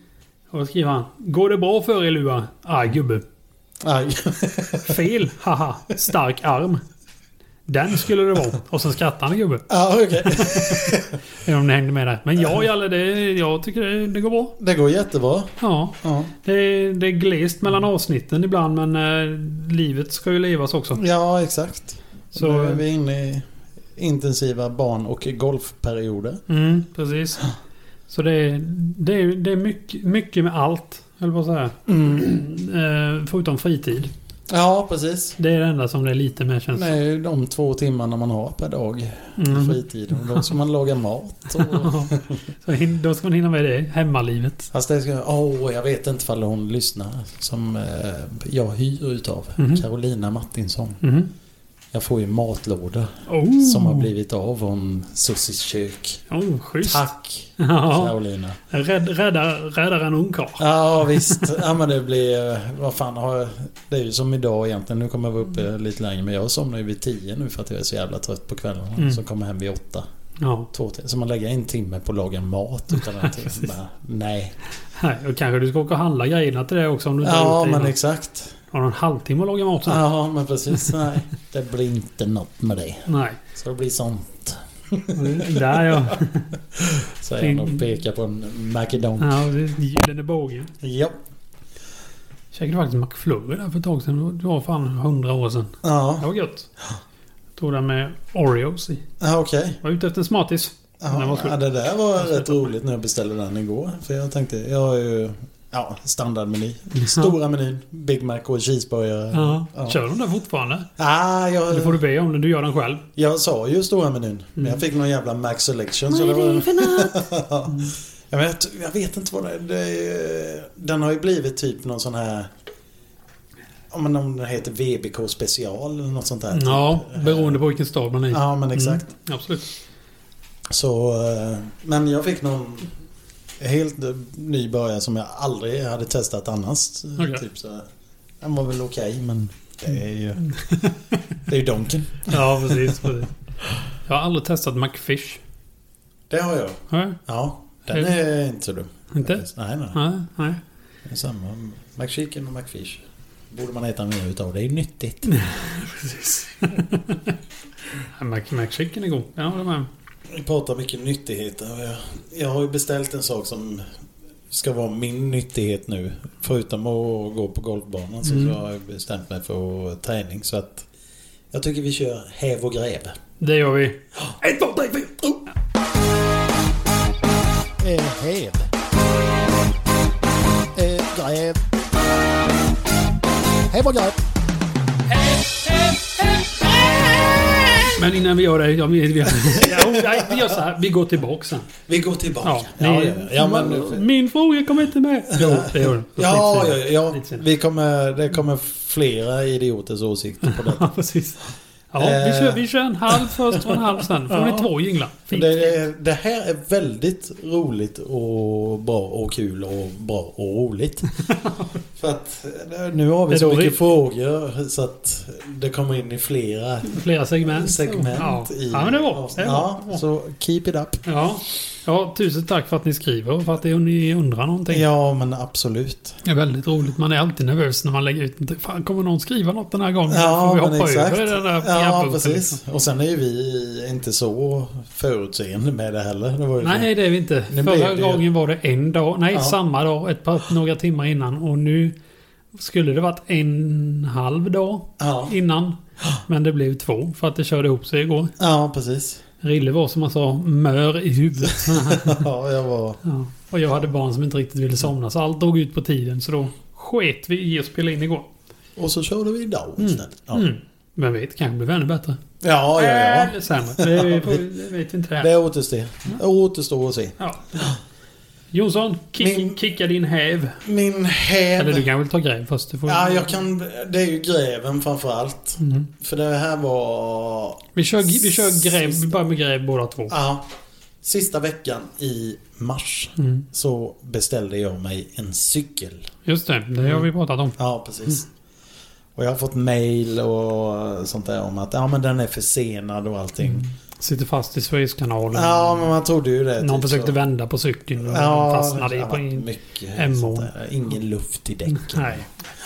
S2: Och då skriver han. Går det bra för er Lua? Aj gubbe.
S1: Aj.
S2: Fel, haha. Stark arm. Den skulle det vara. Och sen skrattade han gubben.
S1: Ja, okej.
S2: Eller om ni hängde med där. Men ja, Jalle, det, jag tycker det, det går bra.
S1: Det går jättebra.
S2: Ja,
S1: Ja.
S2: det, det är glest mellan avsnitten ibland men eh, livet ska ju levas också.
S1: ja, exakt.
S2: Så-
S1: Nu är vi inne i intensiva barn och golfperioder.
S2: Mm, precis. Så det, det, är- det är mycket, mycket med allt, höll på att säga. Eh, förutom fritid.
S1: Ja, precis.
S2: Det är det enda som det är lite med känns
S1: Det är ju de två timmarna man har per dag på
S2: mm.
S1: fritiden. Och Då ska man laga mat.
S2: <laughs>
S1: Och...
S2: Så hin- Då ska man hinna med det. Hemmalivet.
S1: Fast det ska... Åh, jag vet inte ifall hon lyssnar. Som eh, jag hyr utav.
S2: Mhm.
S1: Carolina Martinsson.
S2: Mm.
S1: Jag får ju matlådor
S2: Oh.
S1: som har blivit av från Sussis kök.
S2: Oh, schysst.
S1: Tack
S2: <laughs> Ja.
S1: Carolina.
S2: Rädd, räddar, räddar en ungkarl.
S1: Ja visst. Ja men det blir... eh, Vad fan har jag... Det är ju som idag egentligen. Nu kommer jag vara uppe lite längre. Men jag somnar ju vid tio nu för att jag är så jävla trött på kvällarna.
S2: Mm.
S1: Så kommer jag hem vid åtta.
S2: Ja.
S1: Två timmar. Så man lägger en timme på att laga mat utan
S2: <laughs>
S1: att... bara, nej.
S2: Nej, och kanske du ska åka och handla grejerna till det också om du inte har
S1: Ja
S2: gjort det
S1: men
S2: innan.
S1: exakt.
S2: Har du en halvtimme att laga mat sen?
S1: Ja men precis. Nej. Det blir inte något med det.
S2: Nej.
S1: Så det blir sånt.
S2: Där ja.
S1: Säger han
S2: Mm.
S1: och pekar på en McDonalds.
S2: ja det är gyllene bågen.
S1: Ja.
S2: Käkade faktiskt McFlurry där för ett tag sedan. Det var fan hundra år sedan.
S1: Ja.
S2: Det var gött. Tog den med Oreos i.
S1: Ja okej.
S2: Var ute efter en smartis.
S1: Ja,
S2: Den var skoj.
S1: ja, det där var
S2: ska
S1: rätt roligt när jag beställde den igår. För jag tänkte, jag har ju ja, standardmeny.
S2: Ja.
S1: Stora menyn, Big Mac och cheeseburgare.
S2: Ja.
S1: Ja.
S2: Kör de där fortfarande?
S1: Ah,
S2: Eller får du
S1: jag,
S2: be om det? Du gör den själv.
S1: jag sa ju stora menyn. Men
S2: Mm.
S1: jag fick någon jävla Mac Selection. Så det var, <laughs> jag, vet, jag vet inte vad det är. Det är. Den har ju blivit typ någon sån här... Om man- om den heter VBK special eller något sånt där.
S2: Ja, beroende på vilken stad man är i.
S1: Ja, men exakt.
S2: Mm, absolut.
S1: Så, eh, men jag fick någon helt eh, ny börja som jag aldrig hade testat annars. Eh,
S2: Okej.
S1: Typ så här. Den var väl okej men det är ju...
S2: Mm.
S1: Det är ju
S2: <laughs>
S1: Donken.
S2: Ja, precis. precis. Jag har aldrig testat McFish.
S1: Det har jag.
S2: Har jag?
S1: Ja. Den är inte så dum.
S2: Inte?
S1: Nej, nej.
S2: Nej, nej.
S1: Det är samma. McChicken och McFish. Borde man äta mer utav. Det är ju nyttigt.
S2: <laughs> Precis. Mac, McChicken är god. Jag håller med.
S1: Vi pratar mycket nyttigheter. och Jag, jag har ju beställt en sak som ska vara min nyttighet nu. Förutom att gå på golfbanan så
S2: Mm.
S1: har jag bestämt mig för träning. Så att jag tycker vi kör häv och gräv.
S2: Det gör vi.
S1: Ett, två, tre, fyra! oh! Eh, Häv. Eh, Gräv. Häv och gräv.
S2: Men innan vi gör det. Ja, <laughs> vi, vi, ja, nej, vi gör så här. Vi går tillbaka sen.
S1: Vi går tillbaka.
S2: Ja,
S1: Ja,
S2: ni-
S1: ja, ja, men,
S2: Min fråga kommer inte <laughs> med. Jo, det gör den. Så
S1: ja, ja, ja.
S2: skitsamma. Skitsamma.
S1: Vi kommer, det kommer flera idioters åsikter på detta.
S2: <laughs> Ja, precis. Ja, vi kör, vi kör en halv först och en halv sen. Får
S1: Ja.
S2: ni två jinglar. Fint.
S1: Det, är- det här är väldigt roligt och bra och kul och bra och
S2: <laughs>
S1: roligt. För att eh, nu har vi
S2: Ett
S1: så mycket
S2: drift.
S1: frågor så att det kommer in i flera
S2: Flera segment.
S1: segment.
S2: Ja,
S1: I,
S2: ja men det var
S1: avsnitt.
S2: det.
S1: Ja,
S2: Var. Ja,
S1: så keep it up.
S2: ja. ja, tusen tack för att ni skriver och för att ni undrar någonting.
S1: Ja, men absolut.
S2: Det är väldigt roligt. Man är alltid nervös när man lägger ut. Fan, kommer någon skriva något den här gången?
S1: Ja,
S2: Får vi
S1: men
S2: hoppa
S1: exakt.
S2: över den där
S1: Ja,
S2: programpunkten, liksom?
S1: precis. Och sen är ju vi inte så förutseende med det heller. Det var ju
S2: Nej, det är vi inte.
S1: Nu
S2: Förra
S1: blev det ju-
S2: gången var det en dag. Nej,
S1: Ja.
S2: samma dag. Ett par, några timmar innan. Och nu skulle det varit en halv dag
S1: Ja,
S2: innan. Men det blev två för att det körde ihop sig igår.
S1: ja precis. <laughs>
S2: Rille var som man sa mör i huvudet.
S1: Ja, jag var...
S2: ja. Och jag hade barn som inte riktigt ville somna så allt drog ut på tiden så då sket vi i att spela in igår.
S1: Och så körde vi idag istället. Ja,
S2: Mm. Äh, Vem vet, kanske blir det ännu bättre.
S1: ja, ja. ja.
S2: Eller sämre. Det, får- det vet vi inte det. här.
S1: Det återstår. Det återstår att se.
S2: Ja. Jonsson, kick,
S1: Min-
S2: kicka din häv.
S1: Min
S2: Eller du
S1: häv...
S2: kan väl ta grej först? Du får...
S1: Ja, jag kan... Det är ju greven framförallt.
S2: Mm.
S1: För det här var...
S2: Vi kör, vi kör gräv,
S1: Sista.
S2: vi börjar med gräv båda två.
S1: Ja. Sista veckan i mars
S2: Mm.
S1: så beställde jag mig en cykel.
S2: Just det, det har vi pratat om.
S1: Ja, precis.
S2: Mm.
S1: Och jag har fått mail och sånt där om att ja, men den är försenad och allting.
S2: Mm. Sitter fast i Suezkanalen.
S1: Ja, men man trodde ju det.
S2: Någon
S1: typ
S2: försökte
S1: så.
S2: vända på cykeln och
S1: Ja,
S2: fastnade i
S1: det
S2: på
S1: har varit
S2: in...
S1: mycket
S2: Emån.
S1: sånt där. Ingen luft i däcken.
S2: Nej,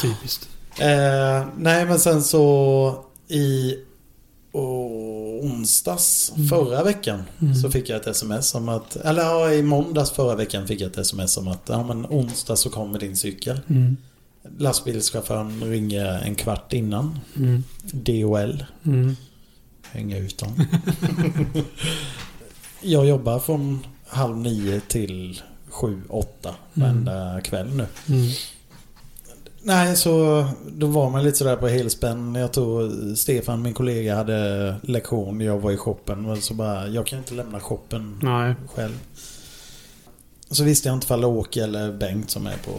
S2: typiskt.
S1: Eh, nej men sen så i och onsdags
S2: Mm.
S1: förra veckan så fick jag ett sms om att... Eller ja, i måndags förra veckan fick jag ett sms om att ja, men onsdag så kommer din cykel.
S2: Mm.
S1: Lastbilschauffören ringer en kvart innan.
S2: Mm.
S1: DHL.
S2: Mm.
S1: Hänga ut dem. <laughs> jag jobbar från halv nio till sju, åtta varenda kväll nu.
S2: Mm.
S1: Nej, så då var man lite sådär på helspänn. Jag tror Stefan, min kollega, hade lektion. Jag var i shoppen. Men så bara, jag kan inte lämna shoppen
S2: Nej.
S1: själv. Så visste jag inte ifall Åke eller Bengt som är på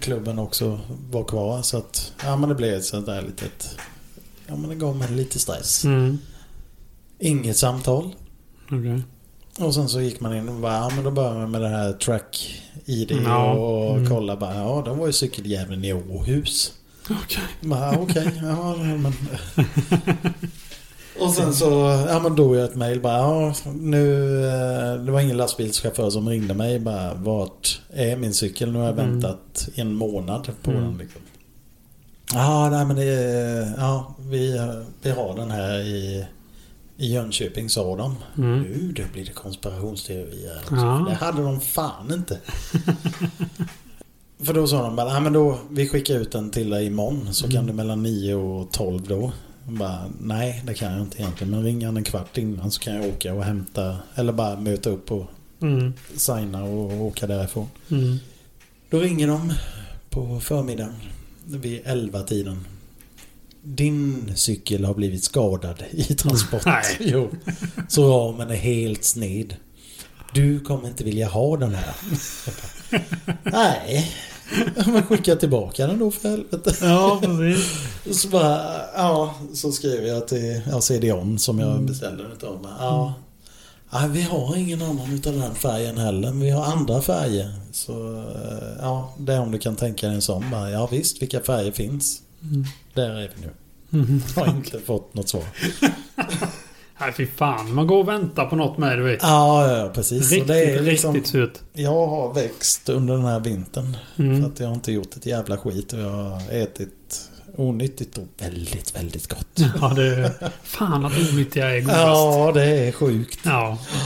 S1: klubben också var kvar. Så att, ja men det blev ett sånt där litet... Ja men det gav mig lite stress.
S2: Mm.
S1: Inget samtal.
S2: Okej.
S1: Och sen så gick man in och bara, ja men då börjar man med det här track ID
S2: Ja.
S1: och
S2: Mm.
S1: kolla bara, ja de var ju cykeljäveln i Åhus.
S2: Okej.
S1: Bara, ja, Okej, <laughs> ja
S2: <laughs>
S1: men... Och sen så, ja men då är ett mejl bara, ja nu, eh, det var ingen lastbilschaufför som ringde mig bara, vart är min cykel? Nu har jag
S2: Mm.
S1: väntat en månad på
S2: Mm.
S1: den liksom. Ja, nej men det, är- ja vi, vi har den här i, i Jönköping sa de.
S2: Mm.
S1: Nu då blir det konspirationsteorier.
S2: Ja.
S1: Det hade de fan inte. <laughs> För då sa de bara, "Nej, men då, vi skickar ut den till dig imorgon så
S2: Mm.
S1: kan du mellan 9 och 12 då. Jag Bara, Nej, det kan jag inte egentligen. Men ring han en kvart innan så kan jag åka och hämta. Eller bara möta upp och
S2: Mm.
S1: signa och åka därifrån.
S2: Mm.
S1: Då ringer de på förmiddagen vid 11-tiden. Din cykel har blivit skadad i transport.
S2: Nej.
S1: <laughs> Jo. Så ramen är helt sned. Du kommer inte vilja ha den här. Jag bara, Nej. Ja, Men skicka tillbaka den då för helvete.
S2: Ja, precis.
S1: Så bara, ja, så skrev jag till ja, CDON som
S2: Mm.
S1: jag beställde den utav. Men, Ja, ja, vi har ingen annan utav den färgen heller. Men vi har andra färger. Så eh, ja, det är om du kan tänka dig en sån. Bara, ja visst, vilka färger finns?
S2: Mm.
S1: Där är vi nu.
S2: Mm.
S1: Jag har
S2: <laughs>
S1: inte fått något svar.
S2: Nej, fy fan. Man går och väntar på något med, du vet.
S1: Ja, ja precis. Så
S2: Riktigt,
S1: det är liksom,
S2: riktigt surt.
S1: jag har växt under den här vintern.
S2: Mm.
S1: För att jag har inte gjort ett jävla skit och jag har ätit onyttigt och väldigt, väldigt gott.
S2: Ja, det är... Fan att onyttiga är godast. Ja.
S1: Ja, det är sjukt.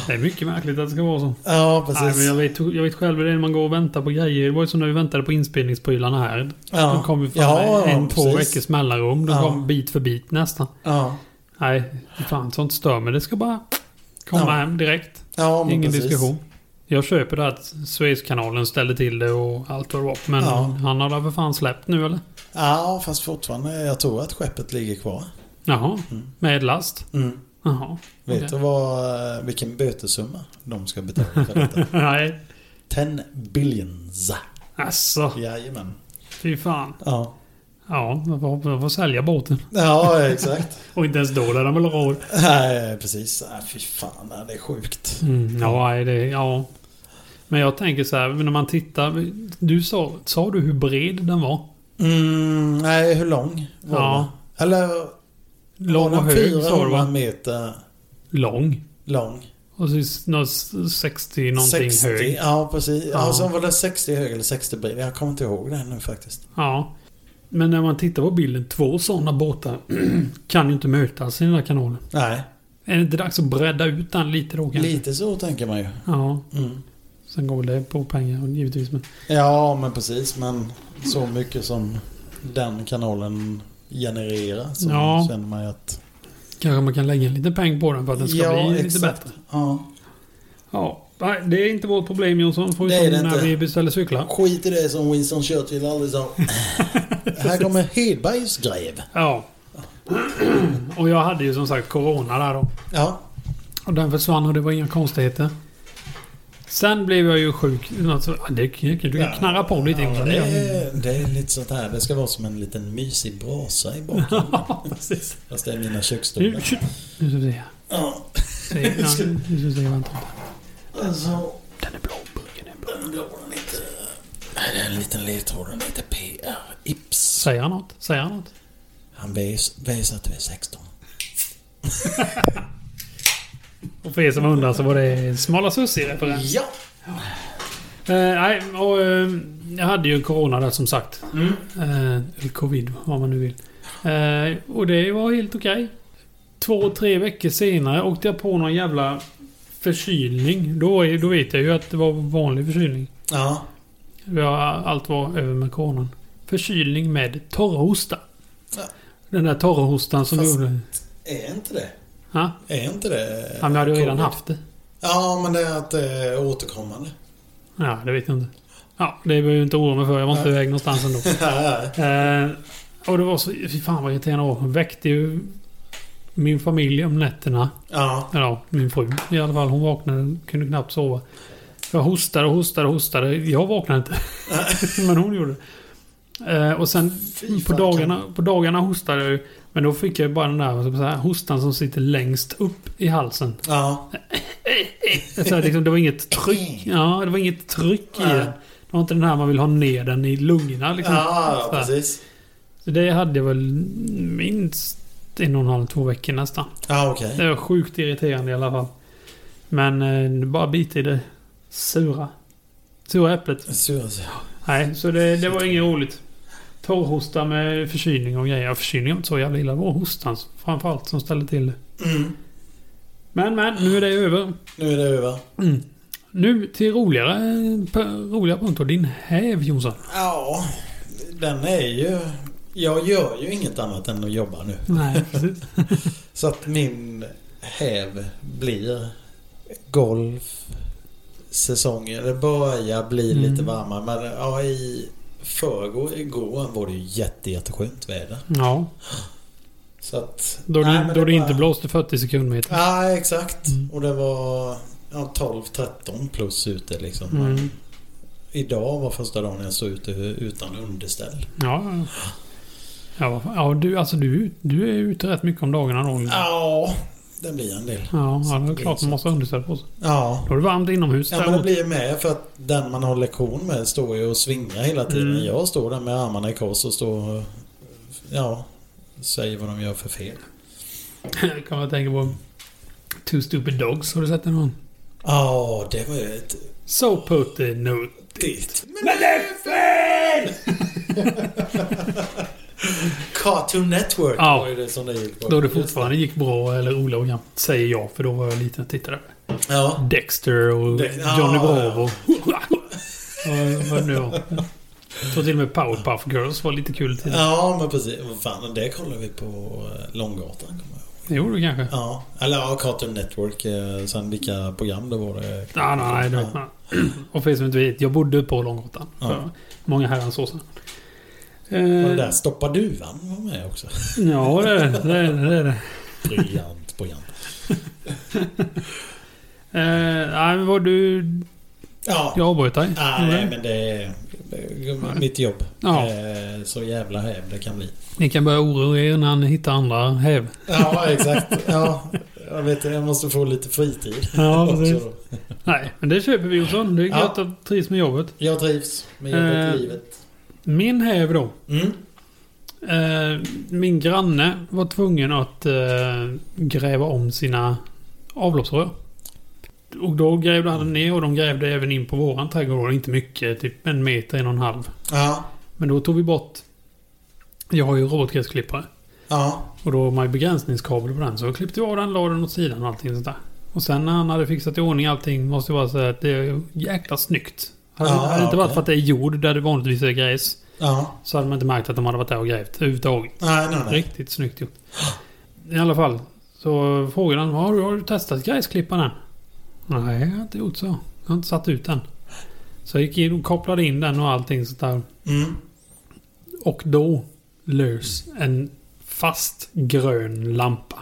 S2: det är mycket märkligt att det ska vara så.
S1: Ja, precis.
S2: Nej, men jag, vet, jag vet själv hur det är när man går och väntar på grejer. Det var ju som när vi väntade på inspelningsprylarna här.
S1: Ja.
S2: De kom ju fan
S1: Ja,
S2: med
S1: ja,
S2: en två
S1: precis.
S2: veckors mellanrum. De
S1: Ja.
S2: kom bit för bit nästan.
S1: Ja,
S2: Nej, fy fan sånt stör mig. Det ska bara komma
S1: Ja.
S2: hem direkt.
S1: ja men
S2: Ingen
S1: precis.
S2: diskussion. Jag köper det att Suezkanalen ställde till det och allt vad det var. Men
S1: Ja.
S2: han har väl för fan släppt nu eller?
S1: Ja, fast fortfarande. Jag tror att skeppet ligger kvar.
S2: Jaha,
S1: Mm.
S2: med last?
S1: Mm.
S2: Jaha.
S1: Vet
S2: okej.
S1: du vad, eh, vilken bötessumma de ska betala för
S2: <laughs>
S1: detta?
S2: <laughs> Nej.
S1: 10 billions.
S2: Alltså,
S1: Jajamän.
S2: fy fan.
S1: Ja.
S2: Ja, jag får, jag får sälja båten.
S1: Ja, exakt.
S2: Och inte ens då lär de väl ha råd.
S1: Nej, precis. Nej, fy fan. Nej, det är sjukt.
S2: Mm, ja, nej, det, ja. Men jag tänker så här, men när man tittar. Du sa, sa du hur bred den var?
S1: Mm, nej, hur lång var
S2: Ja.
S1: den? Eller...
S2: Lång
S1: var
S2: och
S1: den
S2: hög sa du
S1: 400
S2: va?
S1: meter
S2: Lång.
S1: lång.
S2: Och så s- nå- s- 60 någonting
S1: 60,
S2: hög.
S1: Ja, precis. Ja.
S2: Ja.
S1: så var det 60 hög eller 60 bred. Jag kommer inte ihåg det nu faktiskt.
S2: Ja. Men när man tittar på bilden, två sådana båtar <clears throat> kan ju inte mötas i den här kanalen.
S1: Nej,
S2: Är det inte dags att bredda ut den lite då kanske?
S1: lite så tänker man ju.
S2: Ja.
S1: Mm.
S2: Sen går det på pengar givetvis. Men...
S1: Ja, men precis. Men så mycket som den kanalen genererar så
S2: Ja.
S1: känner man ju att...
S2: Kanske man kan lägga en liten peng på den för att den ska
S1: Ja,
S2: bli lite
S1: exakt.
S2: bättre.
S1: Ja.
S2: Ja, nej, det är inte vårt problem Jonsson.
S1: Det är
S2: Förutom
S1: det
S2: när
S1: inte.
S2: vi beställer cyklar.
S1: Skit i det som Winston Churchill aldrig
S2: <laughs>
S1: sa. Här kommer Hedbergs grev.
S2: Ja. <clears throat> Och jag hade ju som sagt Corona där då.
S1: Ja.
S2: Och den försvann och det var inga konstigheter. Sen blev jag ju sjuk. Alltså, det, du kan knarra på lite.
S1: Ja,
S2: Jonsson.
S1: det, <laughs> är, det är lite sånt här. Det ska vara som en liten mysig brasa i baken.
S2: Ja, precis.
S1: Fast det är mina
S2: Nu
S1: köksstolar.
S2: ska vi se.
S1: Ja.
S2: Se, ja, Nu ska vi se. Vänta.
S1: Alltså,
S2: Den är blå. burken är blå.
S1: den blå den heter... Nej, det är en liten ledtråd. Den heter PR. Ips.
S2: Säger han något? Säger han något?
S1: Han väs- väser att du är 16.
S2: Och för er som undrar så var det Smala Sussie-referens.
S1: Ja!
S2: Eh, nej, och, eh, jag hade ju corona där som sagt. Eh, eller covid, vad man nu vill. Eh, och det var helt okej. två, tre veckor senare åkte jag på någon jävla förkylning. Då, är- då vet jag ju att det var vanlig förkylning.
S1: Ja.
S2: Ja, allt var över med coronan. Förkylning med torrhosta.
S1: Ja.
S2: Den där torrhostan som
S1: Fast-
S2: gjorde...
S1: Är inte det?
S2: Ha?
S1: Är inte det?
S2: Ja, men jag hade ju redan
S1: covid?
S2: haft det.
S1: Ja, men det är att det är återkommande. <laughs>
S2: Ja, det vet jag inte. Ja, det behöver jag inte oroa mig för. Jag var inte
S1: Nej.
S2: iväg
S1: <laughs>
S2: någonstans ändå. Eh, och det var så... Fy fan vad irriterande det var. Väckte ju min familj om nätterna.
S1: ja.
S2: Ja, min fru i alla fall. Hon vaknade och kunde knappt sova. Jag hostade och hostade och hostade. Jag vaknade inte. <laughs> men hon gjorde det. Eh, och sen
S1: Fy
S2: på
S1: fan,
S2: dagarna, på dagarna hostade jag ju. Men då fick jag ju bara den där vad ska man säga, hostan som sitter längst upp i
S1: <laughs>
S2: halsen.
S1: Ja.
S2: Så här, liksom, det var inget tryck. Ja, det var inget tryck i
S1: Nej.
S2: den. Det var inte den här man vill ha ner den i lungorna. Liksom.
S1: Ja,
S2: Så
S1: ja,
S2: här.
S1: precis.
S2: Så det hade jag väl minst en och en halv, två veckor nästan.
S1: Ja, okej.
S2: Det var sjukt irriterande i alla fall. Men eh, det bara bit i det sura. Sura äpplet.
S1: Så- så-
S2: Nej, så det, det var inget roligt. Torrhosta med förkylning och grejer. Ja, Förkylning var inte så jävla illa. Det var hostan framförallt som ställde till det.
S1: Mm.
S2: Men, men. Nu är det över.
S1: Nu är det över.
S2: Nu till roligare, eh, p- roliga punkter. Din häv Jonsson.
S1: Ja, den är ju... Jag gör ju inget annat än att jobba nu.
S2: Nej, precis.
S1: Så att min häv blir golf säsongen. Det börjar bli
S2: Mm.
S1: lite varmare. Men ja, i förrgår, igår var det ju jätte, jätteskönt väder.
S2: Ja,
S1: Så att...
S2: då
S1: Nej,
S2: det,
S1: men
S2: då det
S1: bara-
S2: inte blåste 40 sekundmeter.
S1: Ja, exakt.
S2: Mm.
S1: Och det var ja, 12-13 plus ute liksom.
S2: Mm.
S1: Idag var första dagen jag stod ute utan underställ.
S2: Ja, ja. ja. vad fan. ja du, alltså, du, du är ute rätt mycket om dagarna då.
S1: Ja, det blir en del.
S2: Ja, ja, det är klart man måste ha underställ på sig.
S1: Ja.
S2: Då är det varmt inomhus
S1: Ja men det
S2: däremot.
S1: blir ju med för att den man har lektion med står ju och svingar hela tiden.
S2: Mm.
S1: Jag står där med armarna i kors och står och ja, säger vad de gör för fel.
S2: kan man tänka på Two Stupid Dogs. Har du sett den någon?
S1: Ja, det var ju ett...
S2: So put the note.
S1: Ditt. Men det är fel! <laughs> Cartoon Network
S2: Ja.
S1: var ju det som det gick på.
S2: Då det fortfarande gick bra eller olagligt, säger jag. För då var jag liten och tittade.
S1: Ja.
S2: Dexter och
S1: Dex- ja,
S2: Johnny
S1: ja,
S2: Bravo. Och vad det nu var. Jag tror till och med Powerpuff Girls var lite kul. Till.
S1: Ja, men precis. Vad Fan, det kollade vi på eh, Långgatan. kommer jag ihåg.
S2: Det gjorde du kanske?
S1: Ja, eller ja, Cartoon Network. eh, Sen vilka program det var Eh, det.
S2: Nej, Ah, nej, nej. Det
S1: <clears throat>
S2: vet man. Och för er som inte vet, jag bodde på Långgatan. för
S1: Ja.
S2: Många herrans år sedan.
S1: Och
S2: Eh,
S1: den där Stoppa Duvan var med också.
S2: ja, det är det. det, är det, det, är det.
S1: Briljant program.
S2: Eh, nej, men vad du...
S1: Ja.
S2: Jag avbröt dig.
S1: Ah,
S2: Gjorde
S1: nej,
S2: jag?
S1: men det är det är mitt jobb.
S2: Ja.
S1: Eh, Så jävla häv det kan bli.
S2: Ni kan börja oroa er när ni hittar andra häv.
S1: Ja, exakt. Ja, jag vet jag måste få lite fritid.
S2: Ja,
S1: också
S2: precis.
S1: då.
S2: Nej, men det köper vi Jonsson. Det är
S1: Ja.
S2: gött att trivs med jobbet.
S1: Jag trivs med jobbet
S2: Eh.
S1: i livet.
S2: Min häv då.
S1: Mm.
S2: Eh, min granne var tvungen att eh, gräva om sina avloppsrör. Och då grävde han ner och de grävde även in på våran trädgård. Inte mycket, typ en meter, en och en halv.
S1: Ja,
S2: Men då tog vi bort... Jag har ju robotgräsklippare.
S1: ja,
S2: Och då har man ju begränsningskabel på den. Så jag klippte av den, la den åt sidan och allting sånt där. Och sen när han hade fixat i ordning allting måste jag bara säga att det är ju jäkla snyggt. Hade,
S1: Ja,
S2: hade det inte varit
S1: okej.
S2: för att det är jord där det vanligtvis är gräs
S1: ja.
S2: så hade man inte märkt att de hade varit där och grävt överhuvudtaget.
S1: Nej, nej, nej.
S2: Riktigt snyggt gjort. I alla fall så frågade han har du, har du testat gräsklipparen? Nej, jag har inte gjort så. Jag har inte satt ut den. Så jag gick in och kopplade in den och allting sånt där.
S1: Mm.
S2: Och då lös en fast grön lampa.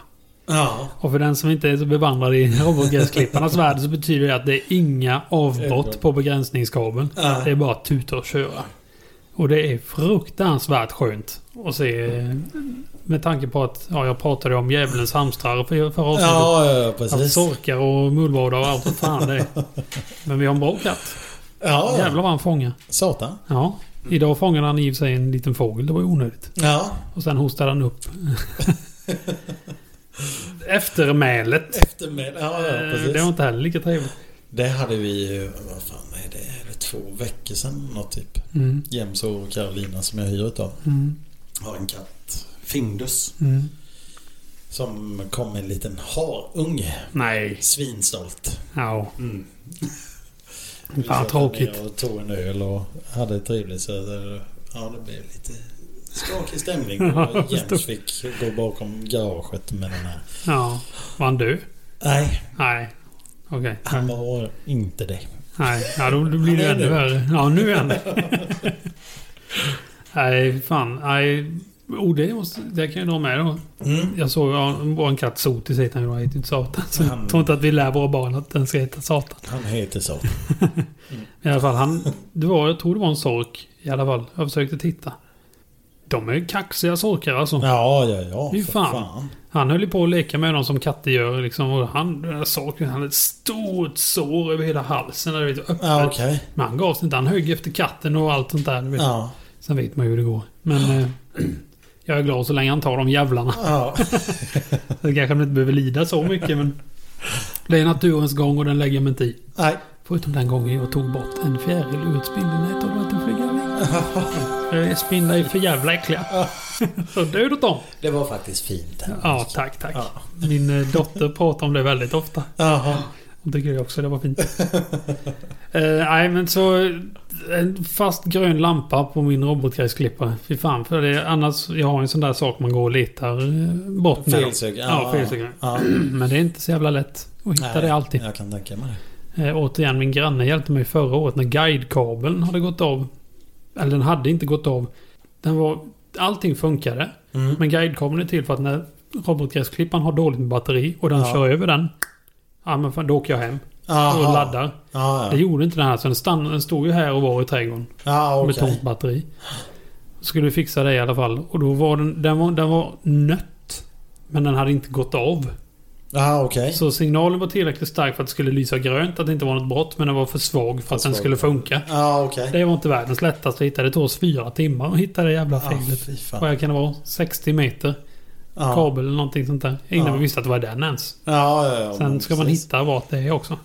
S1: Ja,
S2: Och för den som inte är så bevandrad i <laughs> robotgräsklipparnas värld så betyder det att det är inga avbrott på begränsningskabeln.
S1: ja.
S2: Det är bara att tuta och köra. Och det är fruktansvärt skönt att se. eh, Med tanke på att ja, jag pratade om djävulens hamstrar för, förra avsnittet.
S1: Ja, ja,
S2: att
S1: precis. Ja,
S2: sorkar och mullvadar och allt vad
S1: <laughs>
S2: fan det är. Men vi har en bra katt.
S1: ja.
S2: Jävlar vad han fångar.
S1: Satan.
S2: Ja. Idag fångade han i och för sig en liten fågel. Det var ju onödigt.
S1: Ja,
S2: Och sen hostade
S1: <laughs>
S2: han upp. Eftermälet.
S1: eftermiddag. Ja, ja,
S2: Eh,
S1: precis.
S2: Det var inte heller lika trevligt.
S1: Det hade vi ju, vad fan är det? Är det två veckor sedan något typ?
S2: Mm,
S1: Jämso och Carolina som jag hyr utav
S2: mm,
S1: har en katt. Findus.
S2: mm.
S1: Som kom en liten harunge.
S2: Nej.
S1: Svinstolt.
S2: Ja.
S1: Mm.
S2: Fan tråkigt.
S1: Jag tog en öl och hade trevligt. Så det, ja, det blev lite skakig stämning.
S2: <laughs> Ja, jag
S1: Och Jens
S2: förstår.
S1: fick gå bakom garaget med den här.
S2: Ja. Var han du?
S1: Nej,
S2: Nej. Okej.
S1: han
S2: Mm.
S1: var inte det.
S2: Nej, ja, då, då blir det
S1: Nej,
S2: ännu
S1: nu.
S2: värre. Ja, nu är det.
S1: <laughs>
S2: Nej, fan. Nej. Oh, det, måste, det kan jag dra med då.
S1: Mm.
S2: Jag såg ja, vår katt Sotis heter han ju. då, Han heter ju inte typ Satan. Så jag
S1: Han-
S2: tror inte att vi lär våra barn att den ska heta Satan.
S1: Han heter så.
S2: I alla fall, han, det var, jag tror det var en sork. I alla fall, jag försökte titta. De är ju kaxiga sorkar alltså.
S1: Ja, ja, ja.
S2: Fy
S1: för
S2: fan. Han höll ju på att leka med dem som katter gör. Liksom, och han, den där sorken, han hade ett stort sår över hela halsen. Du vet, öppet.
S1: Ja, okej.
S2: Men han gav sig inte. Han högg efter katten och allt sånt där. Du vet.
S1: Ja.
S2: Sen vet man ju hur det går. Men eh, <clears throat> jag är glad så länge han tar de jävlarna.
S1: Ja.
S2: Det kanske man inte behöver lida så mycket men... Det är naturens gång och den lägger jag mig inte i.
S1: Nej.
S2: Förutom den gången jag tog bort en fjäril ur ett spindelnät och lät den flyga
S1: <laughs>
S2: iväg. Eh, Spindlar är för jävla äckliga. <laughs> Så död åt dem.
S1: Det var faktiskt fint.
S2: Ja, tack, tack.
S1: Ja.
S2: Min eh, dotter pratar om det väldigt ofta.
S1: Jaha.
S2: Hon tycker det också det var fint. <laughs> Eh, Nej, men så... En fast grön lampa på min robotgräsklippare. Fy fan, för det annars... Jag har en sån där sak man går och letar eh, bort med.
S1: Felsug.
S2: Ja, felsug.
S1: Ja.
S2: <clears throat> Men det är inte så jävla lätt att hitta
S1: Nej,
S2: det alltid.
S1: Jag kan tänka mig det.
S2: Eh, återigen, min granne hjälpte mig förra året när guidekabeln hade gått av. Eller den hade inte gått av. Den var... Allting funkade.
S1: Mm.
S2: Men guidekabeln är till för att när robotgräsklipparen har dåligt med batteri och den
S1: Ja.
S2: kör över den. Ja, men fan, då åker jag hem
S1: Aha.
S2: och laddar.
S1: Ja,
S2: Det
S1: ja.
S2: gjorde inte den här. Så den, stannade, den stod ju här och var i trädgården.
S1: ja
S2: Med
S1: okej.
S2: tomt batteri. Skulle vi fixa det i alla fall. Och då var den, den, var, den var nött. Men den hade inte gått av.
S1: Ja, okej.
S2: Så signalen var tillräckligt stark för att det skulle lysa grönt. Att det inte var något brott. Men den var för svag för att den
S1: svag.
S2: skulle funka.
S1: Ja, okej.
S2: Det var inte världens lättaste att hitta. Det tog oss fyra timmar att hitta det jävla
S1: Ja,
S2: felet.
S1: Ah, fy fan.
S2: Vad kan det vara? 60 meter
S1: Ja,
S2: kabel eller någonting sånt där. Innan
S1: Ja.
S2: vi visste att det var den ens.
S1: ja, ja, ja
S2: Sen
S1: men
S2: ska man
S1: precis.
S2: hitta vart det är också.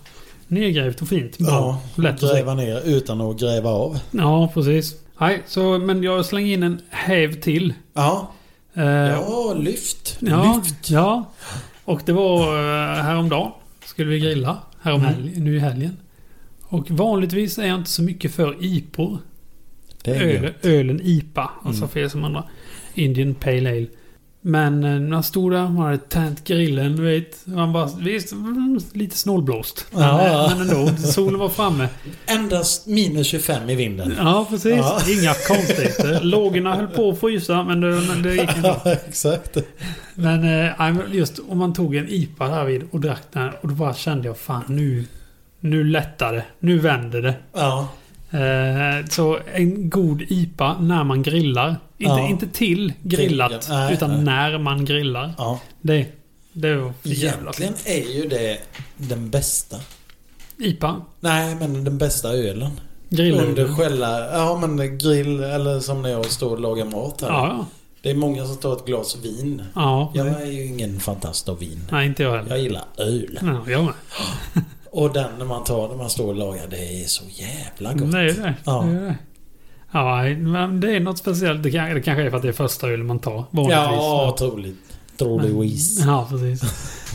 S2: Nedgrävt och fint. Bra.
S1: Ja,
S2: Lätt att se.
S1: gräva ner utan att gräva av.
S2: Ja, precis. Nej, så, men jag slänger in en häv till.
S1: Ja,
S2: Eh,
S1: ja lyft.
S2: ja,
S1: Lyft.
S2: ja. Och det var eh, häromdagen. Skulle vi grilla. Härom
S1: Mm.
S2: helg, nu i helgen. Och vanligtvis är jag inte så mycket för IPOR.
S1: Det är
S2: Öl,
S1: gött.
S2: ölen IPA. Alltså
S1: Mm.
S2: för er som undrar. Indian Pale Ale. Men eh, när han stod där, han hade tänt grillen, du vet. Han bara, visst, mm, lite snålblåst. Men,
S1: Ja.
S2: eh, men ändå, solen var framme.
S1: Endast minus 25 i vinden.
S2: Ja, precis.
S1: Ja.
S2: Inga konstigheter. Lågorna höll på att frysa, men det, men det gick ändå.
S1: Ja, <laughs> exakt.
S2: <laughs> Men eh, nej, men just om man tog en IPA där vid och drack den och då bara kände jag fan nu... Nu lättar det. Nu vänder det.
S1: Ja,
S2: Eh, så en god IPA när man grillar. Inte,
S1: Ja.
S2: inte till grillat,
S1: Grill, nej,
S2: utan
S1: nej.
S2: när man grillar.
S1: ja.
S2: Det, det var för jävla
S1: Egentligen
S2: fint.
S1: är ju det den bästa.
S2: IPA.
S1: Nej, men den bästa ölen. Under
S2: Grillade.
S1: själva... Ja, men grill eller som när jag står och lagar mat här.
S2: Ja, ja.
S1: Det är många som tar ett glas vin.
S2: ja.
S1: Jag är ju ingen fantast av vin.
S2: Nej, inte jag heller.
S1: Jag gillar öl.
S2: Ja, jag med.
S1: Och den när man tar när man står och lagar, det är så jävla gott.
S2: Det är det.
S1: Ja.
S2: Det är det. Ja, men det är något speciellt. Det kanske, det kanske är för att det är första ölen man tar.
S1: Ja,
S2: Vanligtvis.
S1: troligt. Troligtvis.
S2: ja precis.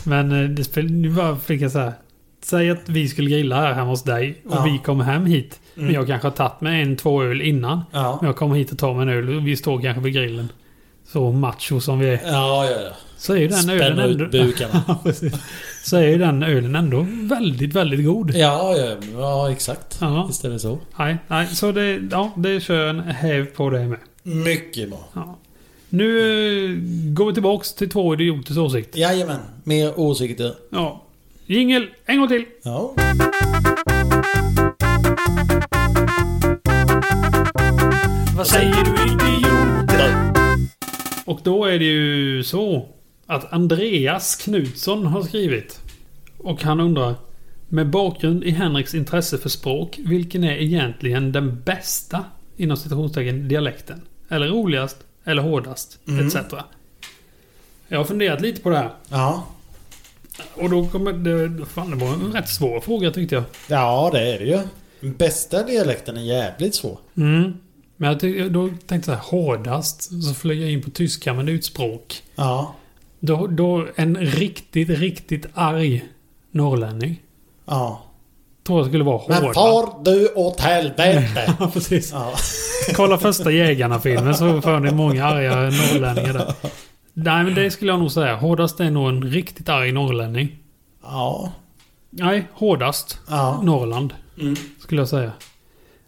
S2: Men eh, det spel, nu bara fick jag så här. Säg att vi skulle grilla här hemma hos dig och
S1: Ja.
S2: vi kommer hem hit. Men
S1: Mm.
S2: jag kanske har tagit mig en, två öl innan. Men
S1: Ja.
S2: jag kommer hit och tar mig en öl och vi står kanske vid grillen. Så macho som vi är.
S1: Ja, ja, ja.
S2: Så är ju den ölen
S1: Spänna ut
S2: ändå...
S1: bukarna.
S2: <laughs> Ja, precis. så är ju den ölen ändå väldigt, väldigt god.
S1: Ja, ja, ja, exakt.
S2: Ja.
S1: Visst är det så.
S2: Nej, nej. Så det, ja, det kör en häv på det med.
S1: Mycket bra.
S2: Ja. Nu eh, går vi tillbaks till två idioters åsikt.
S1: Jajamän. Mer åsikter.
S2: Ja. Jingel, en gång till.
S1: Ja.
S2: Vad säger du idioter? Och då är det ju så att Andreas Knutsson har skrivit. Och han undrar. Med bakgrund i Henriks intresse för språk, vilken är egentligen den bästa inom citationstecken dialekten? Eller roligast? Eller hårdast? Etc. Jag har funderat lite på det här.
S1: Ja.
S2: Och då kommer det... Fan, det var en rätt svår fråga tyckte jag.
S1: Ja, det är det ju. Den Bästa dialekten är jävligt svår.
S2: Mm. Men jag tyck, då tänkte jag så här, hårdast. Så flög jag in på tyska, men det är ju ett språk.
S1: Ja.
S2: Då, då en riktigt, riktigt arg norrlänning.
S1: Ja.
S2: Tror jag skulle vara
S1: Men
S2: hårdare.
S1: far du åt helvete!
S2: <laughs>
S1: <laughs>
S2: Ja, precis.
S1: ja.
S2: Kolla första Jägarna-filmen så får ni många arga norrlänningar där. Nej, men det skulle jag nog säga. Hårdast är nog en riktigt arg norrlänning.
S1: Ja.
S2: Nej, hårdast.
S1: ja. Mm.
S2: Norrland. Skulle jag säga.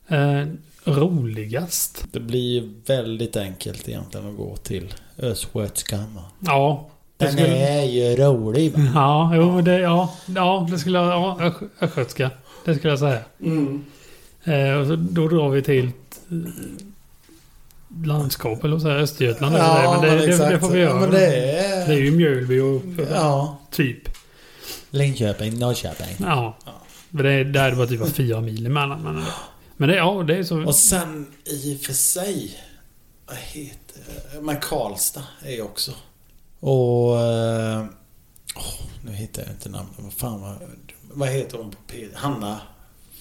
S2: Eh, roligast?
S1: Det blir ju väldigt enkelt egentligen att gå till Östgötskammaren.
S2: Ja. Det
S1: Den
S2: skulle,
S1: är ju rolig va?
S2: ja, jo, det, ja, ja, det skulle jag... Ja, östgö- östgötska. Det skulle jag säga.
S1: Mm.
S2: Eh, och så, då drar vi till ett, eh, landskap, eller vad säger jag, Östergötland. eller det, men det, det, det får vi
S1: Ja,
S2: göra.
S1: Men det är...
S2: Det är ju Mjölby och
S1: Ja.
S2: typ.
S1: Linköping, Norrköping.
S2: Ja. Men det, där är det bara typ var fyra mil emellan. Men, men det, ja, det är så.
S1: Och sen i och för sig... Vad heter det? Men Karlstad är också. Och... eh, åh, nu hittar jag inte namnet. Vad fan var... Vad heter hon på P... Hanna?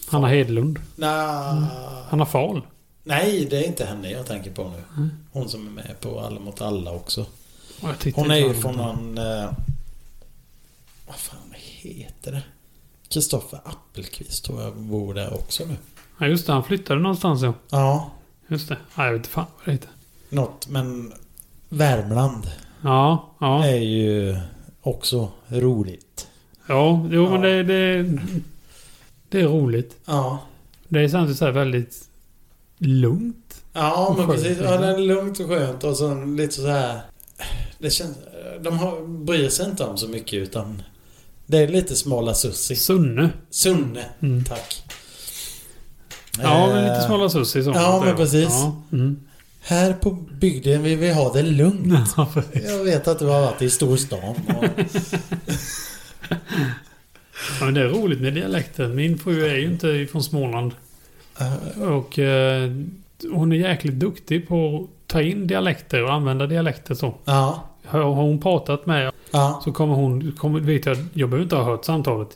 S2: Hanna Hedlund.
S1: Nja...
S2: Hanna Fahl.
S1: Nej, det är inte henne jag tänker på nu. Hon som är med på Alla mot alla också.
S2: Och jag tittar
S1: Hon är
S2: inte
S1: ju
S2: på
S1: från
S2: henne.
S1: någon... Eh, vad fan heter det? Kristoffer Appelqvist tror jag bor där också nu.
S2: Ja, just det. Han flyttade någonstans ja.
S1: Ja,
S2: Just det. Ja, jag vet inte fan vad det heter.
S1: något men... Värmland
S2: Ja, ja.
S1: är ju också roligt.
S2: Ja, jo
S1: Ja.
S2: men det, det, det är roligt.
S1: Ja.
S2: Det är samtidigt så här väldigt lugnt.
S1: Ja,
S2: Och
S1: men
S2: skönt,
S1: precis. Ja,
S2: liksom.
S1: det är lugnt och skönt och sen lite så här... Det känns... De har, bryr sig inte om så mycket utan... Det är lite smala sussi.
S2: Sunne.
S1: Sunne.
S2: Mm.
S1: Tack.
S2: Ja, men
S1: Eh,
S2: lite smala sussi sånt.
S1: ja, men precis.
S2: Ja, mm.
S1: Här på bygden vill vi ha det lugnt.
S2: <laughs> Ja, precis.
S1: Jag vet att du har varit i storstan.
S2: <laughs>
S1: Och...
S2: ja, men det är roligt med dialekten. Min fru är ju inte från Småland.
S1: Eh,
S2: Och eh, hon är jäkligt duktig på att ta in dialekter och använda dialekter så.
S1: ja,
S2: Har har hon pratat med
S1: ja,
S2: Så kommer hon, kommer, vet jag, jag behöver inte ha hört samtalet.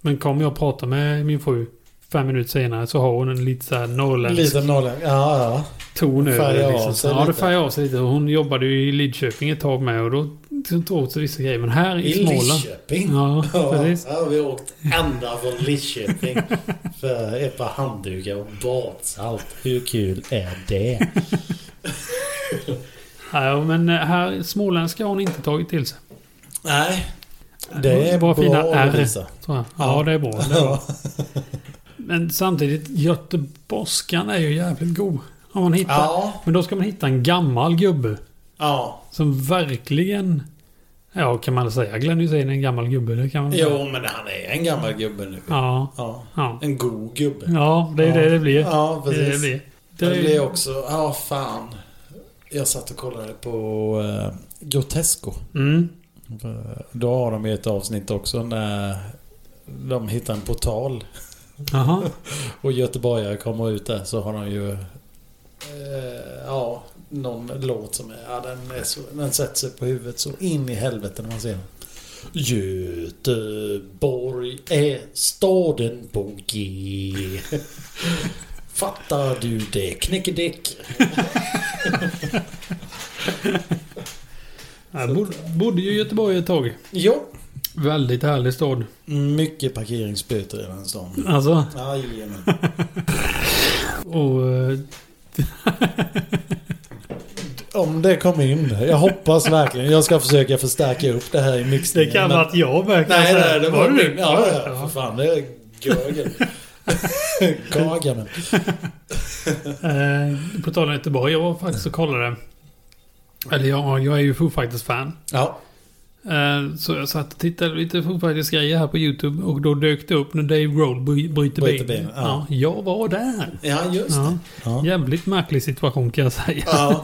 S2: Men kommer jag prata med min fru fem minuter senare så har hon en lite såhär norrländsk
S1: lite norrländsk. Ja, ja.
S2: ton över
S1: färgar
S2: det.
S1: av
S2: Liksom.
S1: sig
S2: Ja, det
S1: lite.
S2: färgar av sig lite. Hon jobbade ju i Lidköping ett tag med och då tog hon åt sig vissa grejer. Men här i,
S1: I
S2: Småland.
S1: Lidköping.
S2: Ja,
S1: Ja,
S2: precis.
S1: här har vi åkt ända från Lidköping för ett par handdukar och badsalt. Hur kul är det?
S2: Ja, men eh, här småländska har hon inte tagit till sig.
S1: Nej, det är
S2: Våra
S1: bra
S2: fina
S1: att
S2: R.
S1: visa.
S2: tror jag.
S1: Ja.
S2: Ja, det är bra. Det är bra. Men samtidigt, göteborgskan är ju jävligt god. Om man hittar.
S1: Ja,
S2: Men då ska man hitta en gammal gubbe.
S1: ja.
S2: Som verkligen... Ja, kan man säga Glenn Hysén är en gammal gubbe? Det kan man väl säga.
S1: Jo, men han är en gammal gubbe nu.
S2: Ja,
S1: Ja.
S2: ja.
S1: En god gubbe.
S2: Ja, det är
S1: Ja.
S2: det det blir.
S1: Ja,
S2: det är det
S1: precis.
S2: det blir.
S1: Det,
S2: är-
S1: blir också... Ja, fan. Jag satt och kollade på eh, Grotesco.
S2: Mm.
S1: Då har de ju ett avsnitt också när de hittar en portal <laughs>
S2: Jaha.
S1: och göteborgare kommer ut där så har de ju... Eh, ja, någon låt som är... Ja, den, är så, den sätter sig på huvudet så in i helvete när man ser den. Göteborg är staden på
S2: <laughs>
S1: G. Fattar du det? Knickedick.
S2: Jag bod, bodde ju i Göteborg ett tag.
S1: Jo.
S2: Väldigt härlig stad.
S1: Mycket parkeringsböter i den stan.
S2: Alltså,
S1: Jajamän.
S2: och... eh,
S1: Om det kom in. Jag hoppas verkligen. Jag ska försöka förstärka upp det här i
S2: Det
S1: mixningen.
S2: kan
S1: men-
S2: vara att jag med. kan
S1: Nej,
S2: jag säga.
S1: nej, det Alltså, var
S2: du?
S1: du. Ja, ja, för
S2: ja.
S1: fan. Det är <laughs> Görgen. Kagamen.
S2: Eh, på tal om Göteborg, jag var faktiskt och kollade. Eller ja, jag är ju Foo Fighters-fan.
S1: Ja.
S2: Eh, Så jag satt och tittade lite på faktiskt grejer här på YouTube och då dök det upp när Dave Grohl bry- bryter
S1: Bryter
S2: ben.
S1: ben, ja.
S2: jag var där.
S1: Ja, just
S2: Ja,
S1: det. Ja.
S2: jävligt märklig situation kan jag säga.
S1: ja.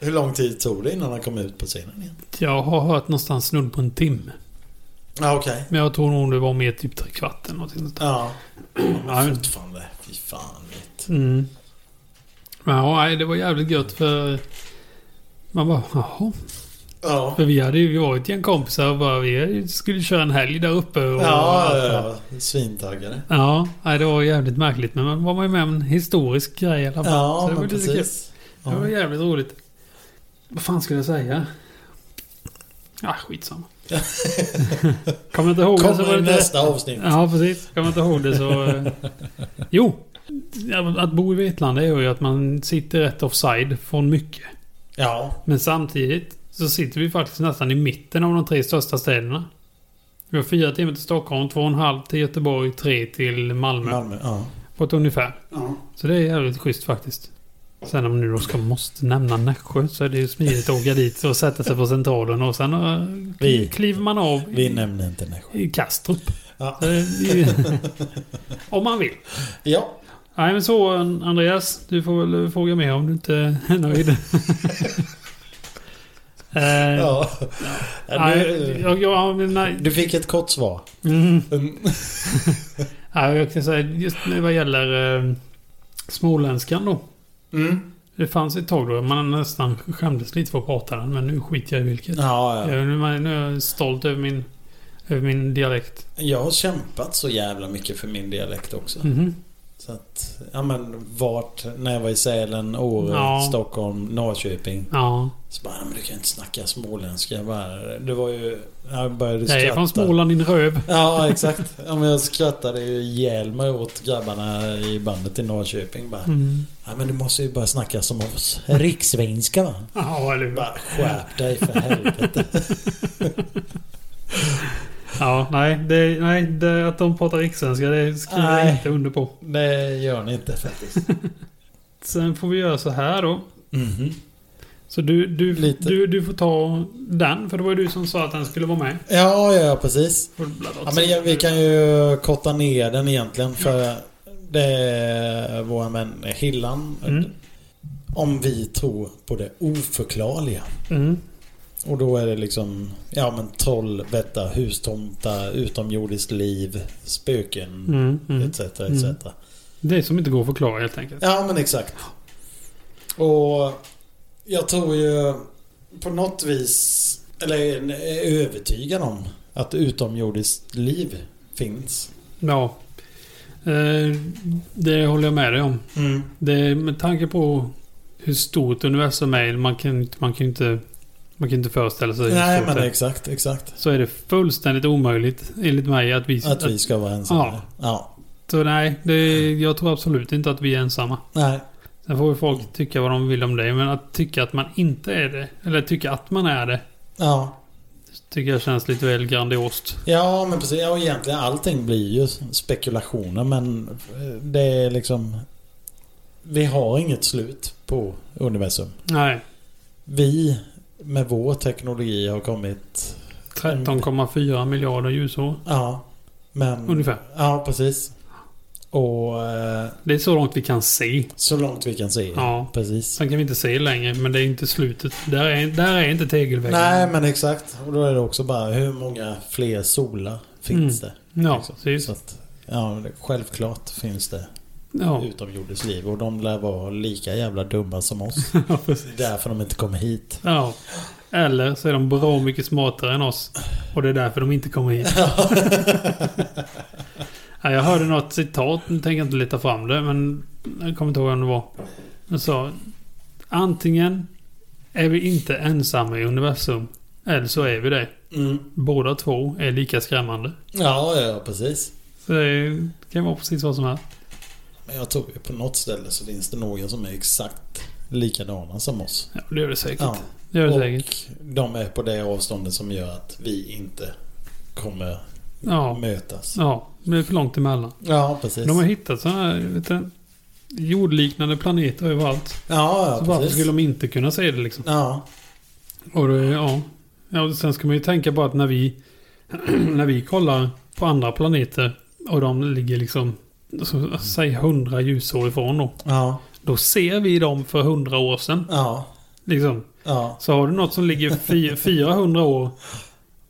S1: Hur lång tid tog det innan han kom ut på scenen igen?
S2: Jag har hört någonstans snudd på en timme.
S1: Ja, okej.
S2: Men jag tror nog det var mer typ tre kvart eller någonting sånt där.
S1: Ja.
S2: Ja,
S1: Men
S2: men-
S1: fortfarande. Fy fan. vet.
S2: Mm. Men ja, nej, det var jävligt gött för... Man bara, jaha.
S1: Ja.
S2: För vi hade ju vi var ett gäng kompisar och bara, vi skulle köra en helg där uppe. Och
S1: Ja,
S2: allt det här.
S1: ja, ja. Svintaggade.
S2: Ja, nej, det var jävligt märkligt. Men man var man ju med om en historisk grej i alla fall.
S1: Ja,
S2: Så det var
S1: men
S2: lite kul.
S1: precis.
S2: Det var
S1: Ja.
S2: jävligt roligt. Vad fan skulle jag säga? Ja,
S1: <laughs>
S2: skitsamma. Kommer inte ihåg det så
S1: Kommer
S2: var det
S1: i
S2: inte...
S1: nästa avsnitt.
S2: Ja, precis. Kommer inte ihåg det så... eh, Jo! Ja, Att bo i Vetlanda är ju att man sitter rätt offside från mycket.
S1: Ja,
S2: Men samtidigt så sitter vi faktiskt nästan i mitten av de tre största städerna. Vi har fyra timmar till Stockholm, två och en halv till Göteborg, tre till Malmö.
S1: Malmö. Ja.
S2: På ett ungefär. Så det är jävligt schysst faktiskt. Sen om nu då ska måste nämna Nässjö så är det ju smidigt att åka dit och sätta sig på Centralen och sen eh,
S1: Vi-
S2: kliver man av i-
S1: Vi nämner inte Nässjö.
S2: i Kastrup.
S1: Ja.
S2: Så det är ju- <laughs> om man vill.
S1: ja.
S2: Nej men så Andreas, du får väl eh, fråga mer om du inte
S1: <laughs>
S2: är nöjd. eh,
S1: ja. ja.
S2: Nej,
S1: Du,
S2: jag, jag, jag, nej.
S1: du fick ett kort svar.
S2: Mm. <laughs>
S1: Mm.
S2: Nej, jag kan säga just när vad gäller eh, småländskan då.
S1: Mm.
S2: Det fanns ett tag då man nästan skämdes lite för att prata den, men nu skiter jag i vilket.
S1: Ja, ja.
S2: Jag, nu, är- nu är jag stolt över min, över min dialekt.
S1: Jag har kämpat så jävla mycket för min dialekt också.
S2: Mhm.
S1: Så att, ja men vart, när jag var i Sälen, Åre,
S2: Ja.
S1: Stockholm, Norrköping.
S2: Ja.
S1: Så bara, "Ja, men du kan inte snacka småländska. Jag bara, det var ju, jag började skratta.
S2: Jag är från Småland,
S1: <laughs>
S2: din röv.
S1: Ja, exakt. Ja, men jag skrattade ju ihjäl mig åt grabbarna i bandet i Norrköping. Bara,
S2: Mm.
S1: ja, men du måste ju börja snacka som oss. Riksvenska va?
S2: Ja, eller hur?
S1: Bara skärp dig för
S2: <laughs>
S1: helvete.
S2: Ja, nej. Det, nej det, att de pratar rikssvenska, det skriver jag
S1: Nej.
S2: inte under på.
S1: Det gör ni inte faktiskt.
S2: Sen får vi göra så här då.
S1: Mhm.
S2: Så du, du,
S1: Lite.
S2: du, du får ta den, för det var ju du som sa att den skulle vara med.
S1: Ja, ja, ja, precis.
S2: Får du bladda åt
S1: Ja, men
S2: sidan
S1: vi
S2: nu.
S1: kan ju korta ner den egentligen för det är våra män Hillan.
S2: Mm.
S1: Om vi tror på det oförklarliga.
S2: Mm.
S1: Och då är det liksom ja, men troll, vätta, hustomtar, utomjordiskt liv, spöken
S2: Mm. Mm.
S1: etc. etc.
S2: Mm. Det är som inte går att förklara helt enkelt.
S1: Ja men exakt. Och jag tror ju på något vis, eller är övertygad om att utomjordiskt liv finns.
S2: Ja. Eh, Det håller jag med dig om. Det, med tanke på hur stort universum är, man kan, inte- man kan ju inte, man kan inte föreställa sig hur
S1: Nej
S2: stort
S1: men
S2: det är.
S1: exakt, exakt.
S2: Så är det fullständigt omöjligt enligt mig att vi...
S1: Att vi ska vara ensamma.
S2: Ja.
S1: Ja.
S2: Så nej, det, jag tror absolut inte att vi är ensamma.
S1: Nej.
S2: Sen får ju folk tycka vad de vill om det, men att tycka att man inte är det, eller tycka att man är det,
S1: Ja.
S2: tycker jag känns lite väl grandiost.
S1: Ja men precis. Ja, och egentligen allting blir ju spekulationer men eh, det är liksom... Vi har inget slut på universum.
S2: Nej.
S1: Vi med vår teknologi har kommit...
S2: 13,4 miljarder ljusår.
S1: Ja. Men...
S2: Ungefär.
S1: Ja precis. Och eh,
S2: Det är så långt vi kan se.
S1: så långt vi kan se.
S2: Ja.
S1: Precis.
S2: Sen kan vi inte se längre, men det är inte slutet. Där är, där är inte tegelväggen.
S1: Nej men exakt. Och då är det också bara hur många fler solar
S2: Mm.
S1: finns
S2: Ja,
S1: Exakt. det?
S2: precis.
S1: Så att, ja, det- självklart finns det
S2: Ja, <laughs>
S1: utomjordiskt liv. Och de lär vara lika jävla dumma som
S2: <laughs>
S1: oss.
S2: ja, precis.
S1: Därför de inte kommer hit.
S2: Ja. Eller så är de bra mycket smartare än oss. Och det är därför de inte kommer hit. ja, jag hörde något citat, nu tänker jag inte leta fram det, men jag kommer inte ihåg vem det var. Den sa antingen är vi inte ensamma i universum, eller så är vi det. Båda två är lika skrämmande.
S1: Ja, ja, precis.
S2: Så det kan vara precis vad som helst.
S1: Men jag tror ju på något ställe så finns det några som är exakt likadana som oss.
S2: Ja, det gör det säkert.
S1: Ja.
S2: Det gör det säkert.
S1: Och de är på det avståndet som gör att vi inte kommer
S2: Ja.
S1: mötas.
S2: ja, det är för långt emellan.
S1: Ja, precis.
S2: De har hittat sådana här vet du, jordliknande planeter överallt.
S1: Ja, ja,
S2: Så varför
S1: precis.
S2: skulle de inte kunna se det liksom?
S1: Ja,
S2: Och det, ja. ja, och sen ska man ju tänka på att när vi, <clears throat> när vi kollar på andra planeter och de ligger liksom, så- säg 100 ljusår ifrån då.
S1: ja,
S2: Då ser vi dem för 100 år sedan.
S1: ja,
S2: Liksom.
S1: ja.
S2: Så har du något som ligger fy- <laughs> 400 år.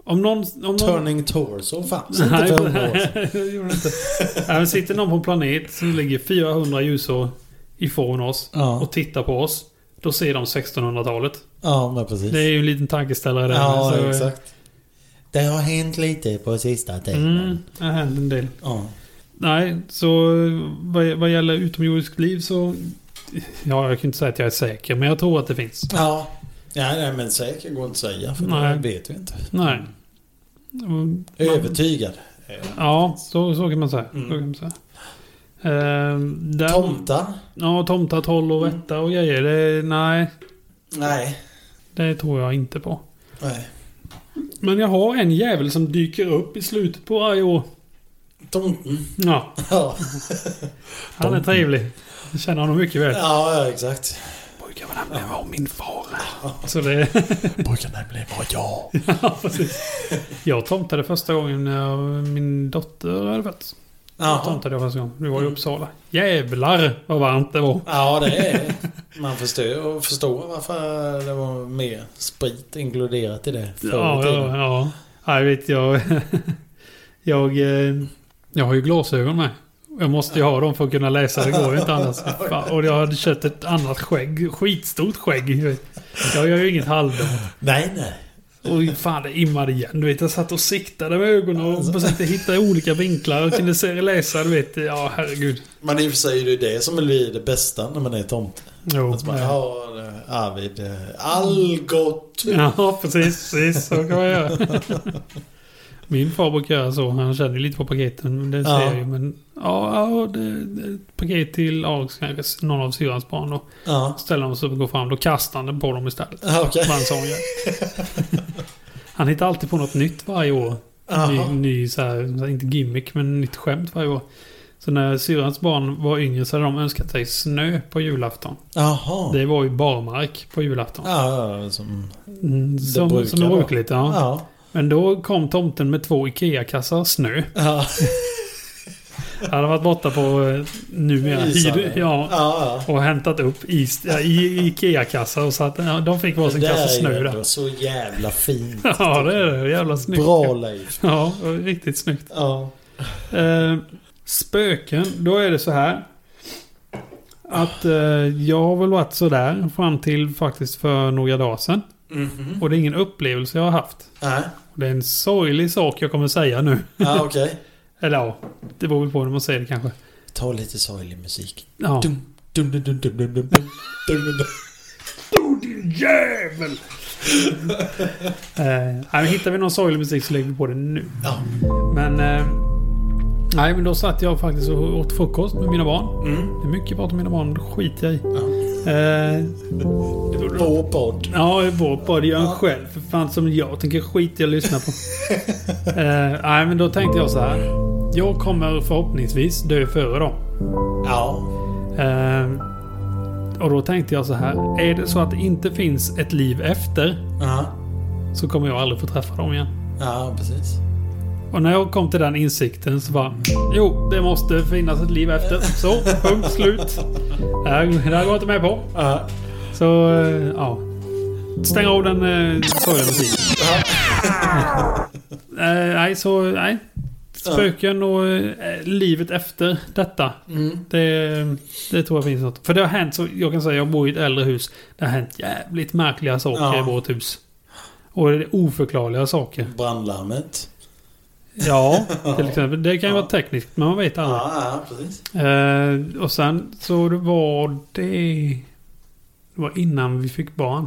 S2: Om någon... Om någon
S1: Turning torso fanns inte
S2: Nej,
S1: för hundra år sedan.
S2: det gjorde det inte. Nej, men sitter någon på en planet som ligger 400 ljusår ifrån oss
S1: Ja,
S2: och tittar på oss. Då ser de 1600-talet.
S1: ja, men precis.
S2: Det är ju en liten tankeställare där.
S1: ja,
S2: Så-
S1: exakt. Det har hänt lite på sista tiden.
S2: Mm, det har hänt en del.
S1: Ja.
S2: Nej, så vad, vad gäller utomjordiskt liv så... Ja, jag kan inte säga att jag är säker, men jag tror att det finns.
S1: ja, Nej, nej men säker går inte att säga för
S2: Nej.
S1: det vet vi inte.
S2: Nej.
S1: Övertygad. Eh,
S2: Ja, så, så kan man säga.
S1: Mm.
S2: Så kan man säga. Ehm, där,
S1: Tomta?
S2: Ja, tomta, troll och vätta och grejer. Det, nej,
S1: Nej.
S2: det tror jag inte på.
S1: nej.
S2: Men jag har en jävel som dyker upp i slutet på varje år.
S1: Tomten?
S2: Ja,
S1: Ja.
S2: han är trevlig. Jag känner honom mycket väl.
S1: ja, ja, exakt.
S2: Brukar väl nämligen vara min far. Så det...
S3: Brukar nämligen vara jag.
S2: Ja, precis. Jag tomtade första gången när min dotter hade fötts. Jag
S1: Jaha.
S2: tomtade jag första gången. Vi var i Uppsala. Jävlar vad varmt det var.
S1: Ja, det är... Man förstår, och förstår varför det var mer sprit inkluderat i det förr i
S2: Ja,
S1: tiden.
S2: ja, ja. Jag vet, jag... <laughs> Jag, eh, jag har ju glasögon med. Jag måste ju ha dem för att kunna läsa. Det går ju
S1: <laughs>
S2: inte annars. Fan, Och jag hade köpt ett annat skägg. Skitstort skägg. Jag vet. Jag gör ju inget halvdant.
S1: Nej, nej.
S2: Och fan, det immade igen. Du vet, jag satt och siktade med ögonen och försökte hitta olika vinklar. Jag kunde se- läsa, du vet. Ja, herregud.
S1: Men i och för sig är det ju det som blir det bästa när man är tomte.
S2: Jo.
S1: Att man, ja, det- Arvid. eh, Algot.
S2: Ja, precis. precis. Så kan man göra. Min far brukar göra så. Han känner ju lite på paketen. men Det ser
S1: Ja.
S2: jag ju. Men ja, ja det, det, ett paket till Alex kanske. Någon av syrrans barn då.
S1: Ja.
S2: Ställer de sig upp och går fram. Då kastar han den på dem istället.
S1: Ja, Okej.
S2: Vad han sa, ja.
S1: <laughs>
S2: Han hittar alltid på något nytt varje år. Ny,
S1: Jaha.
S2: ny så här, inte gimmick, men nytt skämt varje år. Så när syrrans barn var yngre så hade de önskat sig snö på julafton.
S1: Jaha.
S2: Det var ju barmark på julafton.
S1: Ja, ja, som...
S2: Mm, som,
S1: brukar
S2: som är
S1: vara.
S2: brukligt, ja.
S1: Ja.
S2: Men då kom tomten med två IKEA-kassar snö.
S1: Ja.
S2: Han har varit borta på eh, numera
S1: Isar.
S2: hyd, ja,
S1: Ja,
S2: och hämtat upp is, ja, i IKEA-kassar och satt, ja, de fick
S1: ja.
S2: varsin
S1: Det
S2: kassa
S1: där är
S2: snö
S1: ju
S2: där.
S1: ändå så jävla fint.
S2: <laughs> Ja, det är det. Jävla snyggt.
S1: Bra Leif.
S2: Ja, det var riktigt snyggt.
S1: Ja.
S2: Eh, spöken, då är det så här. Att eh, jag har väl varit sådär fram till faktiskt för några dagar sedan.
S1: Mhm.
S2: Och det är ingen upplevelse jag har haft.
S1: Nej.
S2: Det är en sorglig sak jag kommer säga nu.
S1: Ja, okej.
S2: Eller ja, det beror väl på när man säger det kanske.
S1: Ta lite sorglig musik.
S2: Ja.
S1: Dum, dum, dum, dum, dum, dum, dum, dum, dum, dum.
S2: Jävel! eh, nej, men hittar vi någon sorglig musik så lägger vi på det nu.
S1: Ja.
S2: Men... Eh, nej, men då satt jag faktiskt och åt frukost med mina barn.
S1: Mm.
S2: Det är mycket prat om mina barn, det skiter jag i.
S1: Ja.
S2: Eh,
S1: Vår podd.
S2: Ja, det är vår podd. Gör en själv. För fan som jag tänker skit i att lyssna på. Eh, nej, men då tänkte jag så här. Jag kommer förhoppningsvis dö före dem.
S1: Ja.
S2: Eh, och då tänkte jag så här. Är det så att det inte finns ett liv efter
S1: Ja.
S2: så kommer jag aldrig få träffa dem igen.
S1: Ja, precis.
S2: Och när jag kom till den insikten så bara... Jo, det måste finnas ett liv efter. Så, punkt slut. Det här, det här går jag inte med på.
S1: Ja.
S2: Så, eh, ja. Stäng av den eh, sorgliga musiken. Eh, nej, så nej. Spöken och eh, livet efter detta.
S1: Mm.
S2: Det, det tror jag finns något. För det har hänt, så jag kan säga, jag bor i ett äldre hus. Det har hänt jävligt märkliga saker
S1: Ja.
S2: i vårt hus. Och det är oförklarliga saker.
S1: Brandlarmet.
S2: Ja, till exempel. Det kan ju
S1: Ja.
S2: vara tekniskt, men man vet aldrig.
S1: Ja, ja, precis.
S2: Eh, och sen så det var det... Det var innan vi fick barn.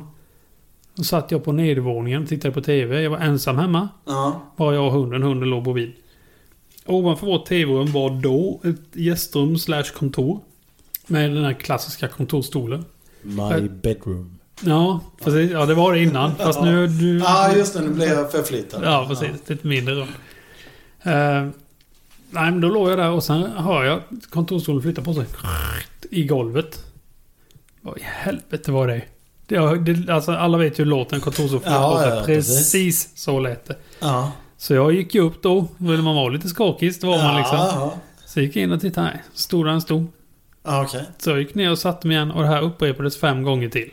S2: Då satt jag på nedervåningen och tittade på TV. Jag var ensam hemma.
S1: Ja.
S2: Bara jag och hunden. Hunden låg bredvid. Ovanför vårt TV-rum var då ett gästrum slash kontor. Med den här klassiska kontorstolen.
S1: My
S2: Äh.
S1: bedroom.
S2: Ja, precis. Ja, det var det innan. Fast nu... Du,
S1: Ja, just det. Nu blev jag förflyttad.
S2: Ja, precis. Lite mindre rum. Eh, nej, men då låg jag där och sen hör jag kontorsstolen flytta på sig. I golvet. Vad i helvete var det? det, har- det alltså, alla vet ju hur låten kontorsstol flyttar
S1: Ja,
S2: på sig.
S1: ja,
S2: precis.
S1: precis.
S2: så lät det.
S1: Ja.
S2: Så jag gick ju upp då. Ville man vara lite skakig, det var man liksom.
S1: Ja,
S2: Så jag gick in och tittade. Nej, stod där den stod.
S1: ja. okej.
S2: Så jag gick ner och satte mig igen och det här upprepades fem gånger till.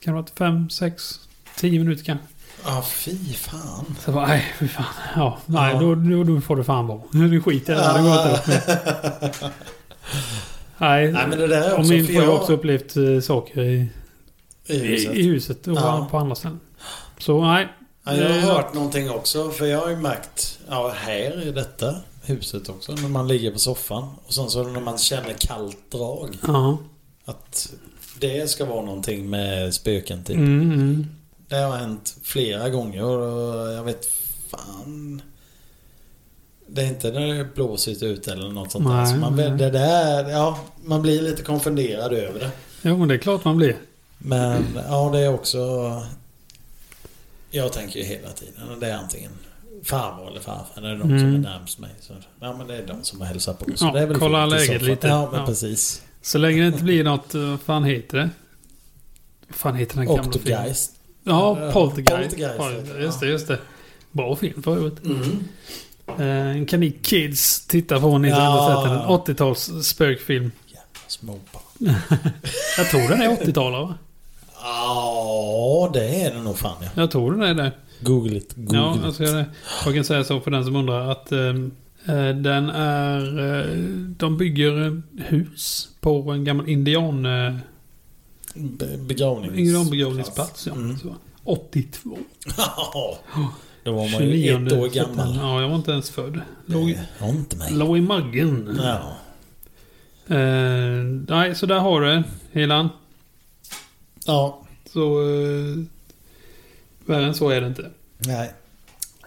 S2: Kan det ha varit fem, sex, tio minuter kanske?
S1: Ja, fy fan.
S2: Så jag bara, nej, fy fan. Ja, nej,
S1: Ja.
S2: Då, då, då får det fan vara. Nu skiter jag i det här. Det går inte upp med. <laughs> Nej,
S1: Nej, men det där är
S2: och
S1: också...
S2: min
S1: för
S2: fru har
S1: jag-
S2: också upplevt eh, saker i,
S1: i
S2: i,
S1: huset.
S2: i huset och
S1: Ja.
S2: på andra ställen. Så nej.
S1: Ja, jag
S2: Eh,
S1: har hört någonting också. För jag har ju märkt, ja, här i detta huset också, när man ligger på soffan. Och sen så när man känner kallt drag.
S2: Ja.
S1: Att det ska vara någonting med spöken typ.
S2: Mm, mm.
S1: Det har hänt flera gånger och jag vet fan. Det är inte när det är blåsigt ute eller något sånt där.
S2: Nej,
S1: Så man, väl-
S2: nej.
S1: det där. Ja, man blir lite konfunderad över det.
S2: Jo, men det är klart man blir.
S1: Men ja, det är också... Jag tänker ju hela tiden. Det är antingen farmor eller farfar. Det är de som är
S2: Mm.
S1: närmst mig. Så, ja, men det är de som har hälsat på. Så
S2: Ja,
S1: det är väl
S2: kolla
S1: fint i så
S2: läget
S1: fall.
S2: lite.
S1: Ja, men
S2: Ja.
S1: precis.
S2: Så länge det inte blir något, eh, vad fan heter det? Vad fan heter den gamla filmen?
S1: Octogeist.
S2: Ja,
S1: Ja,
S2: Poltergeist.
S1: Poltergeist heter
S2: Poltergeist.
S1: det,
S2: Just det, just det. Bra film för övrigt.
S1: Mm.
S2: Eh, kan ni kids titta på om ni inte
S1: Ja.
S2: har sett den? 80-tals spökfilm.
S1: Jävla småbarn.
S2: Jag tror den är 80-talare va?
S1: Ja, det är det nog fan ja.
S2: Jag tror den är det.
S1: Google it. Google
S2: Ja,
S1: it.
S2: alltså, jag ska göra det. Jag kan säga så för den som undrar att eh, eh, den är... Eh, de bygger eh, hus på en gammal indian... Eh,
S1: Be- Begravnings...
S2: indianbegravningsplats. Ja.
S1: Mm.
S2: Så, 82.
S1: <laughs> Ja, Då var man ju
S2: 29
S1: ett år
S2: september.
S1: gammal.
S2: Ja, jag var inte ens född. Låg,
S1: Det har inte mig.
S2: låg i maggen.
S1: Ja.
S2: Eh, nej, så där har du det, Helan.
S1: ja.
S2: Så... Eh, värre än så är det inte.
S1: Nej.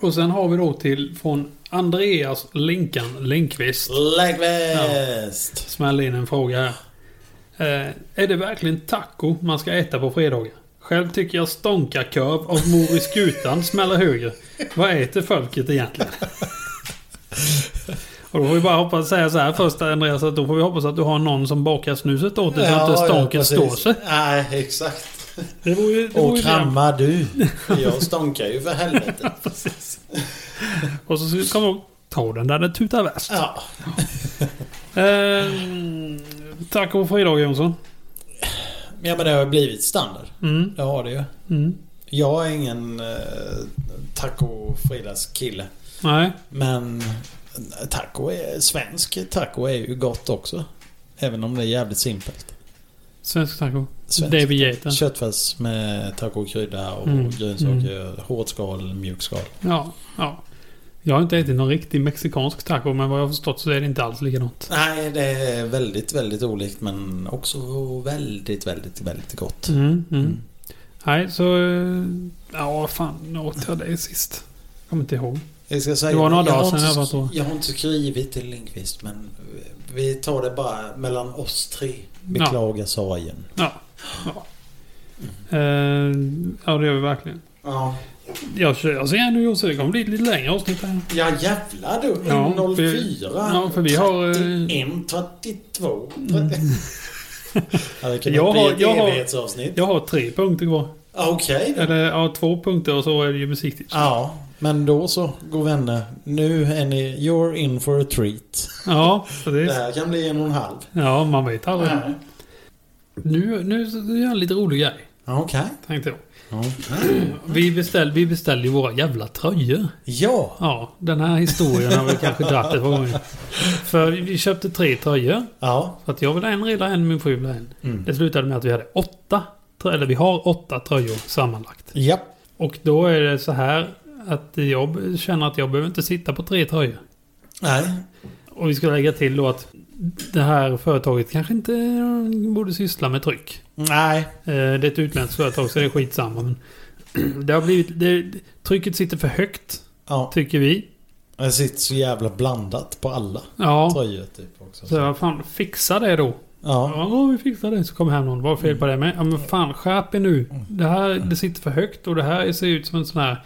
S2: Och sen har vi då till från Andreas Linkan Linkvist.
S1: Läggväst!
S2: Smäll in en fråga här. Eh, är det verkligen taco man ska äta på fredagar? Själv tycker jag stånkarkorv och mor i skutan smäller högre. Vad äter folket egentligen? Och då får vi bara hoppas säga så här först Andreas att då får vi hoppas att du har någon som bakar snuset åt dig så att inte stånken
S1: precis.
S2: står sig.
S1: Nej, exakt.
S2: Det vore ju... Det vore
S1: Och
S2: ju
S1: kramma
S2: <laughs>
S1: du. Jag stånkar ju för helvete.
S2: Precis. Och så ska vi komma ihåg, ta den där den tutar värst.
S1: Ja.
S2: Eh, tack och fredag Jonsson.
S1: ja, men det har blivit standard.
S2: Mm,
S1: Det har det ju.
S2: mm.
S1: Jag är ingen eh, taco kille
S2: Nej.
S1: Men eh, taco är, svensk taco är ju gott också. Även om det är jävligt simpelt.
S2: Svensk taco.
S1: Svensk.
S2: David Yaten.
S1: Köttfärs med tacokrydda och
S2: Mm.
S1: grönsaker. Hårt skal, mjukt skal.
S2: Ja, ja. Jag har inte ätit någon riktig mexikansk taco men vad jag har förstått så är det inte alls likadant.
S1: Nej, det är väldigt, väldigt olikt men också väldigt, väldigt, väldigt gott.
S2: Mm, mm. Nej, så... eh, Ja, fan. Nu åt jag det sist. Jag kommer inte ihåg.
S1: Jag ska säga,
S2: Det var några
S1: jag har
S2: dagar sedan
S1: inte-
S2: jag var på-
S1: Jag har inte skrivit till Lindqvist men vi tar det bara mellan oss tre. Beklagar sorgen.
S2: Ja. Ja. Eh, ja, det gör vi verkligen.
S1: Ja.
S2: Jag, kör- jag ser nu Josef, det kommer bli ett lite längre avsnitt här.
S1: Ja jävlar du.
S2: Ja, för-
S1: 04.
S2: ja, för vi har, eh,
S1: 31,
S2: <laughs>
S1: 32. ja, det kan
S2: Jag
S1: jag bli
S2: har-
S1: ett
S2: jag har-
S1: evighetsavsnitt.
S2: Jag har tre punkter kvar.
S1: Okej då.
S2: Eller ja, två punkter och så är det ju musiktips.
S1: Ja, men då så, god vänner. Nu är ni... You're in for a treat.
S2: Ja,
S1: Det
S2: precis.
S1: här kan bli en och en halv.
S2: Ja, man vet aldrig. Nu, nu så gör jag en lite rolig grej.
S1: Okej.
S2: Tänkte jag.
S1: Okej.
S2: Vi beställde, vi beställde ju våra jävla tröjor.
S1: Ja.
S2: Ja, den här historien har vi kanske dragit ett par gånger. För vi köpte tre tröjor.
S1: Ja.
S2: För att jag vill ha en Rilla, en min fru vill ha en.
S1: Mm.
S2: Det slutade med att vi hade åtta. trö- Eller vi har åtta tröjor sammanlagt.
S1: Japp.
S2: Och då är det så här att jag känner att jag behöver inte sitta på tre tröjor.
S1: Nej.
S2: Och vi ska lägga till då att det här företaget kanske inte borde syssla med tryck.
S1: Nej.
S2: Eh, Det är ett utländskt företag så det är skitsamma. Men <clears throat> det har blivit, det, trycket sitter för högt,
S1: Ja.
S2: tycker vi.
S1: Det sitter så jävla blandat på alla
S2: Ja,
S1: tröjor typ också.
S2: så jag fan fixa det då.
S1: Ja.
S2: Ja, ja, vi fixar det. Så kom hem någon. Vad var fel på det med? Ja, men fan skärp er nu. Det här det sitter för högt och det här ser ut som en sån här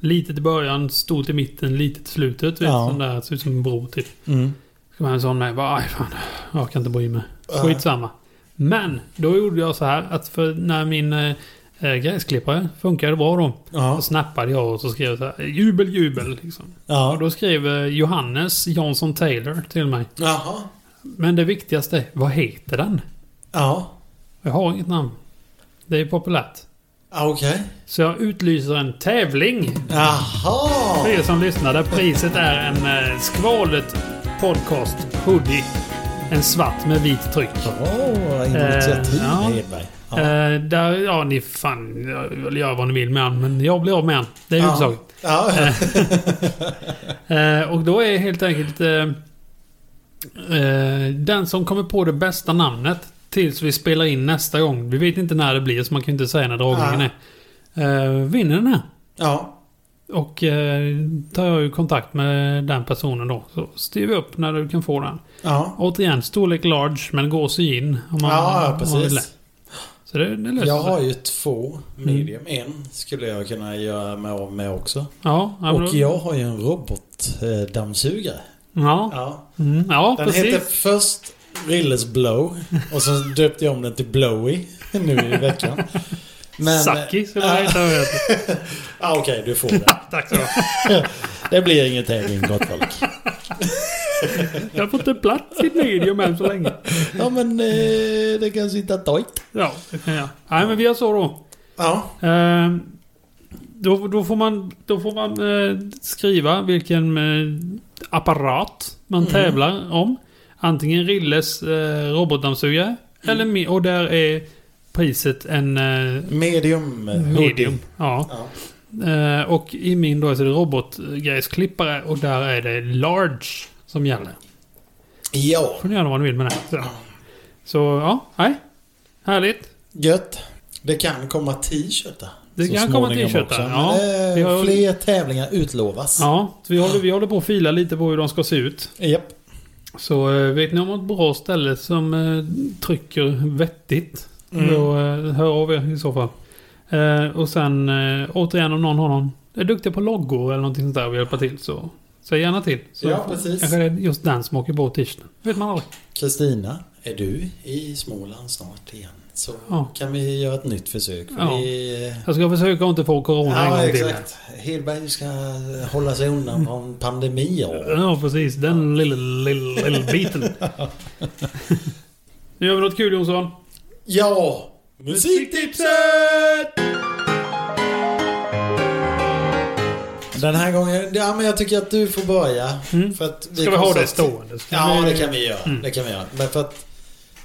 S2: litet i början, stort i mitten, litet i slutet.
S1: Ja.
S2: Ja. Sån där, ser ut som en bro typ.
S1: Mm.
S2: Kom hem en sån med. Bara, aj, fan, jag kan inte bry mig. Skitsamma. Men då gjorde jag så här att för när min eh, eh, gräsklippare funkade bra då.
S1: Ja.
S2: Och snappade jag och så skrev jag så här, jubel jubel. Liksom. Och
S1: Ja.
S2: då skrev eh, Johannes Jansson Taylor till mig.
S1: Jaha.
S2: Men det viktigaste, är, vad heter den?
S1: Ja.
S2: Jag har inget namn. Det är populärt.
S1: Ja, Okej.
S2: Så jag utlyser en tävling
S1: Jaha.
S2: för er som lyssnar. Där priset är en eh, skvalet podcast hoodie. En svart med vit tryck.
S1: Bra initiativ
S2: Eh, ja.
S1: Hedberg. Ja.
S2: Eh, där, ja ni fan, jag gör vad ni vill med han, men jag blir av med han. Det är
S1: Ja.
S2: huvudsaken.
S1: Ja.
S2: Eh, och då är helt enkelt eh, eh, den som kommer på det bästa namnet tills vi spelar in nästa gång. Vi vet inte när det blir så man kan ju inte säga när dragningen
S1: Ah.
S2: är. eh, vinner den här.
S1: Ja.
S2: Och eh, tar jag ju kontakt med den personen då. Så skriv upp när du kan få den.
S1: Ja.
S2: Återigen, storlek large men går sig in. Om man,
S1: ja,
S2: om man vill det.
S1: precis.
S2: Så det, det Mm. löser
S1: Jag har
S2: sig.
S1: ju två medium. En skulle jag kunna göra mig av med också.
S2: Ja, ja, men
S1: Och
S2: då-
S1: jag har ju en robotdammsugare.
S2: Ja,
S1: Ja.
S2: mm, ja
S1: Den
S2: precis.
S1: hette först Rilles Blow och så döpte jag om den till Blowy nu i veckan. Men... eh,
S2: Saki skulle
S1: Ja.
S2: jag heta. jag vet.
S1: Ah, Okej, du får det.
S2: Tack så mycket.
S1: Det blir ingen tävling gott folk.
S2: Jag har fått en plats i medium än så länge.
S1: Ja men eh, det kanske inte är dojt.
S2: Ja, det kan jag. Nej, men vi gör så då.
S1: Ja.
S2: Eh, då, då får man, då får man eh, skriva vilken eh, apparat man
S1: Mm.
S2: tävlar om. Antingen Rilles eh, robotdammsugare.
S1: Mm.
S2: Eller mi- och där är priset en eh,
S1: Medium. eh, hoodie.
S2: medium. Ja.
S1: Ja.
S2: Eh, och i min då är det robotgräsklippare och där är det large som gäller.
S1: ja.
S2: får ni göra vad ni vill med det. Så, så ja, nej. Härligt.
S1: Gött. Det kan komma t-shirtar.
S2: Det
S1: så
S2: kan komma
S1: småningom
S2: t-shirtar,
S1: också.
S2: ja.
S1: Men, eh,
S2: Vi har-
S1: Fler tävlingar utlovas.
S2: Ja, så vi håller, vi håller på att fila lite på hur de ska se ut.
S1: Japp.
S2: Så eh, vet ni om ett bra ställe som eh, trycker vettigt?
S1: Mm.
S2: Då eh, hör av er i så fall. Eh, och sen eh, återigen om någon har någon är duktig på loggor eller någonting sånt där och vill hjälpa till så säg gärna till. Så
S1: Ja, precis.
S2: Kanske det är just den som åker på t-shirten. vet man aldrig.
S1: Kristina, är du i Småland snart igen? Så
S2: Ja.
S1: kan vi göra ett nytt försök.
S2: Ja.
S1: Vi... eh,
S2: Jag ska försöka att inte få corona en
S1: Ja,
S2: gång till.
S1: exakt. Hedberg ska hålla sig undan från pandemier.
S2: Ja, precis. Den lilla, lilla, lilla biten. nu gör vi något kul Jonsson.
S1: Ja! Musiktipset! Den här gången, ja men jag tycker att du får börja.
S2: Mm.
S1: För att
S2: Ska vi ha det
S1: konstat-
S2: stående? Ska
S1: Ja,
S2: vi-
S1: det kan vi göra.
S2: Mm.
S1: Det kan vi göra. Men för att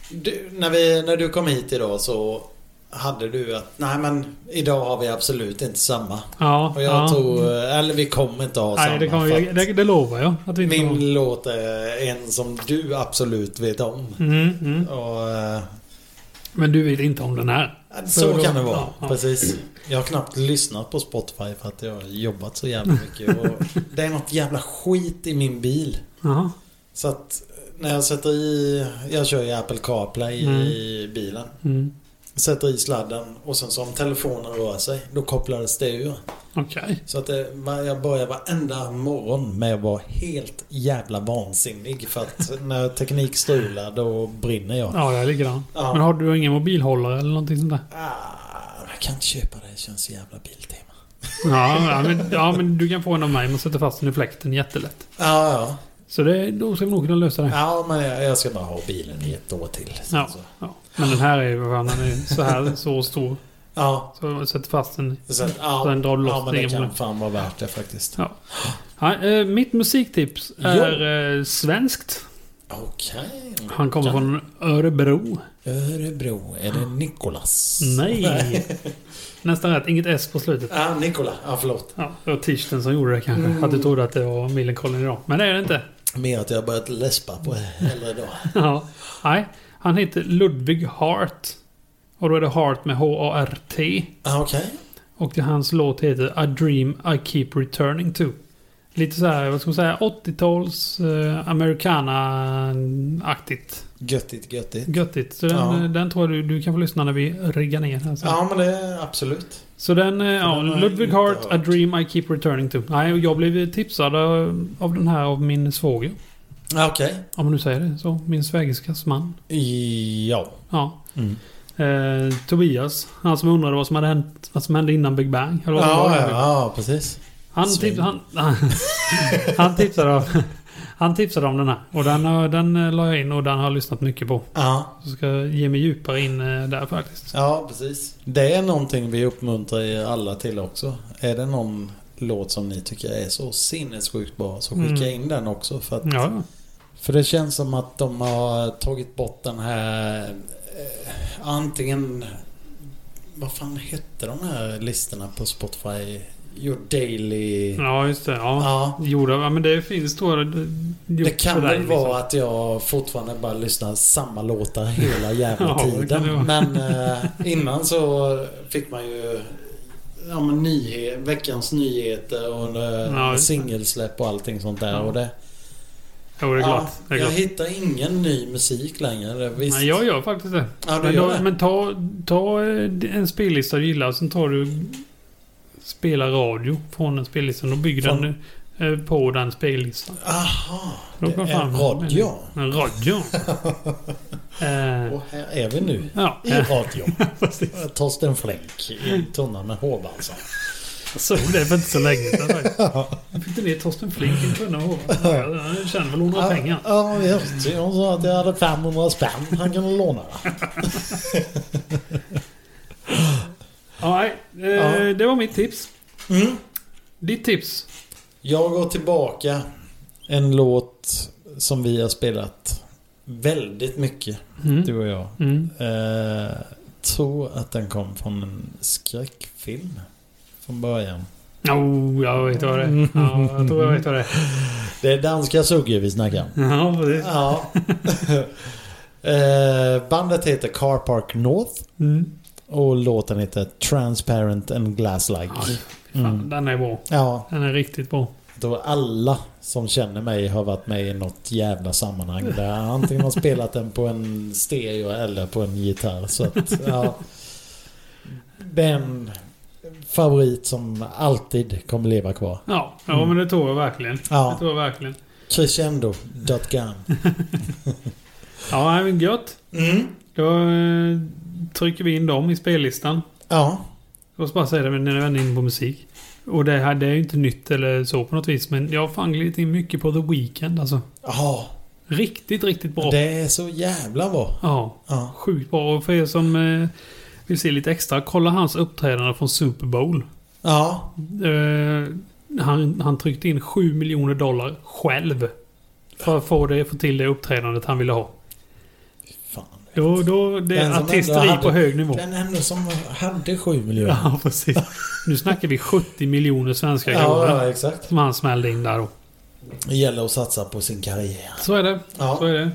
S1: du, när, vi, när du kom hit idag så hade du att nej men idag har vi absolut inte samma.
S2: Ja,
S1: Och jag
S2: ja.
S1: tror, eh, eller vi kommer inte ha samma.
S2: Nej, det, kommer,
S1: för
S2: vi-
S1: att
S2: det, det lovar jag. Att vi inte
S1: min
S2: kommer-
S1: låt är en som du absolut vet om.
S2: Mm, mm.
S1: Och, eh,
S2: Men du vet inte om den här?
S1: så
S2: då-
S1: kan det vara.
S2: ja, ja.
S1: Precis. Jag har knappt lyssnat på Spotify för att jag har jobbat så
S2: <laughs>
S1: jävla mycket. Och det är något jävla skit i min bil.
S2: Jaha.
S1: Så att eh, när jag sätter i... Jag kör ju Apple CarPlay i bilen.
S2: Mm.
S1: Sätter i sladden och sen så om telefonen rör sig, då kopplades det ur.
S2: Okej.
S1: Så att det, var- jag börjar varenda morgon med att vara helt jävla vansinnig. För
S2: <laughs>
S1: att när teknik strular då brinner jag.
S2: Ja, det är likadant.
S1: Ja.
S2: Men har du ingen mobilhållare eller någonting sånt där?
S1: Ah, jag kan inte köpa det, det känns så jävla Biltema.
S2: Ja, ja, men, ja, men du kan få en av mig. Man sätter fast den i fläkten jättelätt.
S1: Ja, ja.
S2: Så det, då ska vi nog kunna lösa det.
S1: Ja, men jag, jag ska bara ha bilen i ett år till. Sen
S2: Ja.
S1: så-
S2: ja. Men den här är ju vad fan, den är så här så stor.
S1: ja.
S2: Så jag sätter fast den.
S1: Sen, ja,
S2: Sen drar du loss
S1: ja, men det
S2: det
S1: kan
S2: igen.
S1: fan vara värt det faktiskt.
S2: Ja. Ja, eh, mitt musiktips är eh, svenskt.
S1: Okej.
S2: Han kommer från Örebro.
S1: Örebro. Är det Nikolas?
S2: Nej! <laughs> Nästan rätt. Inget S på slutet.
S1: Ja, ah, Nikola. Ja, förlåt.
S2: Ja, det var Tichten som gjorde det kanske. Att du trodde att det var Millencolin idag. Men det är det inte. <laughs>
S1: Mer att jag har börjat läspa på äldre dagar.
S2: Ja. Nej, han heter Ludvig Hart. Och då är det Hart med H-A-R-T.
S1: Ah, Okej.
S2: Och det, hans låt heter A Dream I Keep Returning To. Lite så här, vad ska man säga, 80-tals eh, americana-aktigt.
S1: Göttigt, göttigt.
S2: Göttigt. Så den, eh,
S1: Ja.
S2: den tror jag du, du kan få lyssna när vi riggar ner här sen.
S1: Ja, men det är absolut.
S2: Så den, eh, ja,
S1: Den har jag
S2: Ludwig
S1: inte
S2: Hart, A
S1: hört.
S2: Dream I Keep Returning To. Nej, och jag blev tipsad av av den här av min svåger.
S1: Ah, Okej.
S2: Om man nu säger det så. Min svägerskas man.
S1: Ja.
S2: Ja.
S1: Mm.
S2: Eh, Tobias, han som undrade vad som hade hänt, vad som hände innan Big Bang. Eller vad som
S1: Ja,
S2: var
S1: ja,
S2: innan Big Bang.
S1: ja, precis.
S2: Han, tips, han, <laughs> han, han, tipsade om, <laughs> han tipsade om den här. Och den, har- den eh, la jag in och den har jag lyssnat mycket på.
S1: Ja,
S2: Så ska jag ge mig djupare in eh, där faktiskt.
S1: ja, precis. Det är någonting vi uppmuntrar er alla till också. Är det någon låt som ni tycker är så sinnessjukt bra så skicka
S2: Mm.
S1: in den också. För, att,
S2: Ja, ja.
S1: för det känns som att de har tagit bort den här eh, antingen vad fan hette de här listorna på Spotify? Your Daily...
S2: ja just det. Ja.
S1: Ja.
S2: Jo, det, ja, men det finns då... Det,
S1: Det kan väl
S2: liksom.
S1: vara att jag fortfarande bara lyssnar samma låtar
S2: <laughs>
S1: hela jävla
S2: Ja, det kan det
S1: tiden.
S2: vara.
S1: Men eh, innan så fick man ju ja, men nyhet, veckans nyheter och
S2: Ja,
S1: eh,
S2: just det.
S1: singelsläpp och allting sånt där.
S2: Ja.
S1: Och det,
S2: Jo, det är klart.
S1: Ja,
S2: Det är
S1: jag
S2: klart.
S1: hittar ingen ny musik längre. Visst.
S2: Nej, jag gör faktiskt det.
S1: ja, du
S2: Men,
S1: gör
S2: då,
S1: det.
S2: men ta, ta eh, en spellista du gillar, sen tar du spela radio från den spellistan och bygger den eh, på den spellistan.
S1: Aha,
S2: Då
S1: det
S2: kommer
S1: är
S2: fram-
S1: radio. <laughs>
S2: En radio. eh,
S1: Och här är vi nu.
S2: <laughs> ja,
S1: I
S2: eh,
S1: radio.
S2: precis.
S1: Torsten Flänck i tunnan med alltså. hårbalsam.
S2: Jag såg det för inte så länge
S1: <laughs>
S2: sedan faktiskt. Jag fick inte ner Torsten Flink i en tunna hår. Jag känner väl hon har pengar.
S1: Ja, just det. Hon sa att jag hade 500 spänn han kunde låna.
S2: Ja, nej, eh,
S1: Ja.
S2: det var mitt tips.
S1: Mm.
S2: Ditt tips?
S1: Jag går tillbaka. En låt som vi har spelat väldigt mycket,
S2: Mm.
S1: du och jag.
S2: Mm.
S1: Eh, tror att den kom från en skräckfilm från början.
S2: Oh, jag vet vad det
S1: Mm.
S2: är. Ja, jag tror jag vet vad det är.
S1: Det är danska suggor vi snackar om.
S2: Ja, precis.
S1: <laughs> Ja. <laughs> eh, bandet heter Car Park North
S2: Mm.
S1: och låten heter Transparent and Glass-like.
S2: Aj, Fan,
S1: Mm.
S2: Den är bra.
S1: Ja,
S2: Den är riktigt bra.
S1: då alla som känner mig har varit med i något jävla sammanhang där antingen har spelat den på en stereo eller på en gitarr. Så att, ja. Den favorit som alltid kommer leva kvar.
S2: Ja, ja men det tror jag verkligen. Det
S1: Mm. Ja,
S2: tror jag verkligen.
S1: crescendo.com.
S2: Ja, nej, men gött.
S1: Mm.
S2: Då eh, trycker vi in dem i spellistan.
S1: Ja.
S2: Jag måste bara säga det, men när jag är inne på musik. Och det här det är ju inte nytt eller så på något vis. Men jag har fan glidit in mycket på The Weeknd alltså.
S1: Ja,
S2: Riktigt, riktigt bra.
S1: det är så jävla bra.
S2: Ja,
S1: Ja.
S2: sjukt bra. Och för er som eh, vill se lite extra, kolla hans uppträdande från Super Bowl.
S1: Ja.
S2: Eh, han, han tryckte in 7 miljoner dollar själv. För att få, det, få till det uppträdandet han ville ha.
S1: Fan.
S2: Jo, då, det
S1: Den
S2: är
S1: som
S2: artisteri
S1: ändå hade-
S2: på hög nivå.
S1: Den enda som hade 7 miljoner.
S2: Ja, precis. Nu snackar vi 70 miljoner svenska kronor.
S1: Ja, ja, exakt.
S2: Som han smällde in där då.
S1: Det gäller att satsa på sin karriär.
S2: Så är det. Så
S1: Ja,
S2: är det.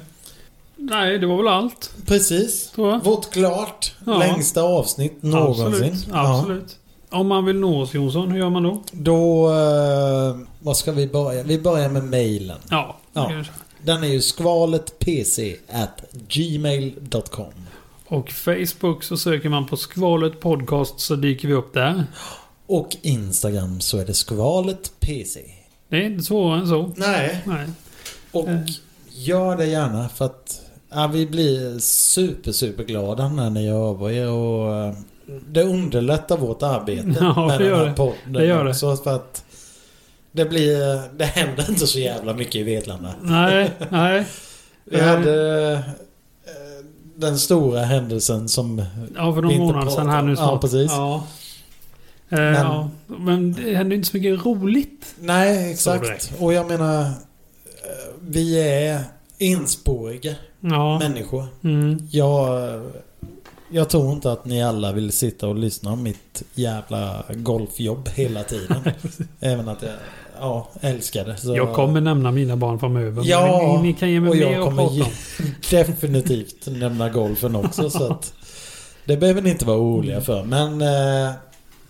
S2: Nej, det var väl allt.
S1: precis.
S2: Tror jag.
S1: Vårt klart
S2: Ja.
S1: längsta avsnitt någonsin.
S2: Absolut.
S1: Ja.
S2: Absolut. Om man vill nå oss Jonsson, hur gör man då?
S1: Då... Eh, vad ska vi börja? Vi börjar med mailen.
S2: Ja.
S1: Ja.
S2: kanske.
S1: Den är ju skvaletpc.gmail.com.
S2: Och Facebook så söker man på Skvalet Podcast så dyker vi upp där.
S1: Och Instagram så är det skvaletpc.
S2: Det är inte svårare än så.
S1: Nej.
S2: Nej.
S1: Och
S2: Eh.
S1: gör det gärna för att ja, vi blir super, super glada när ni hör av er och eh, det underlättar vårt arbete
S2: <laughs> Ja, det gör det.
S1: podden
S2: Det gör det.
S1: också för att det blir, det händer inte så jävla mycket i Vetlanda.
S2: Nej, nej.
S1: Vi
S2: Eh,
S1: hade eh, den stora händelsen som
S2: Ja,
S1: vi
S2: för någon
S1: inte
S2: månad sedan här
S1: pratar om.
S2: nu snart.
S1: Ja, precis.
S2: Ja. Eh, men,
S1: Men-
S2: ja. men det hände inte så mycket roligt.
S1: Nej,
S2: Så direkt.
S1: exakt. Och jag menar eh, vi är enspåriga
S2: Ja.
S1: människor.
S2: Mm.
S1: Jag, jag tror inte att ni alla vill sitta och lyssna om mitt jävla golfjobb hela tiden.
S2: <laughs>
S1: Även att jag ja, älskar det. Så
S2: Jag kommer nämna mina barn framöver.
S1: Ja,
S2: men ni, ni kan ge mig
S1: och jag
S2: mer att
S1: kommer
S2: prata om.
S1: ge- <laughs> definitivt nämna golfen också. så att Det behöver ni inte vara oroliga för. Men, eh,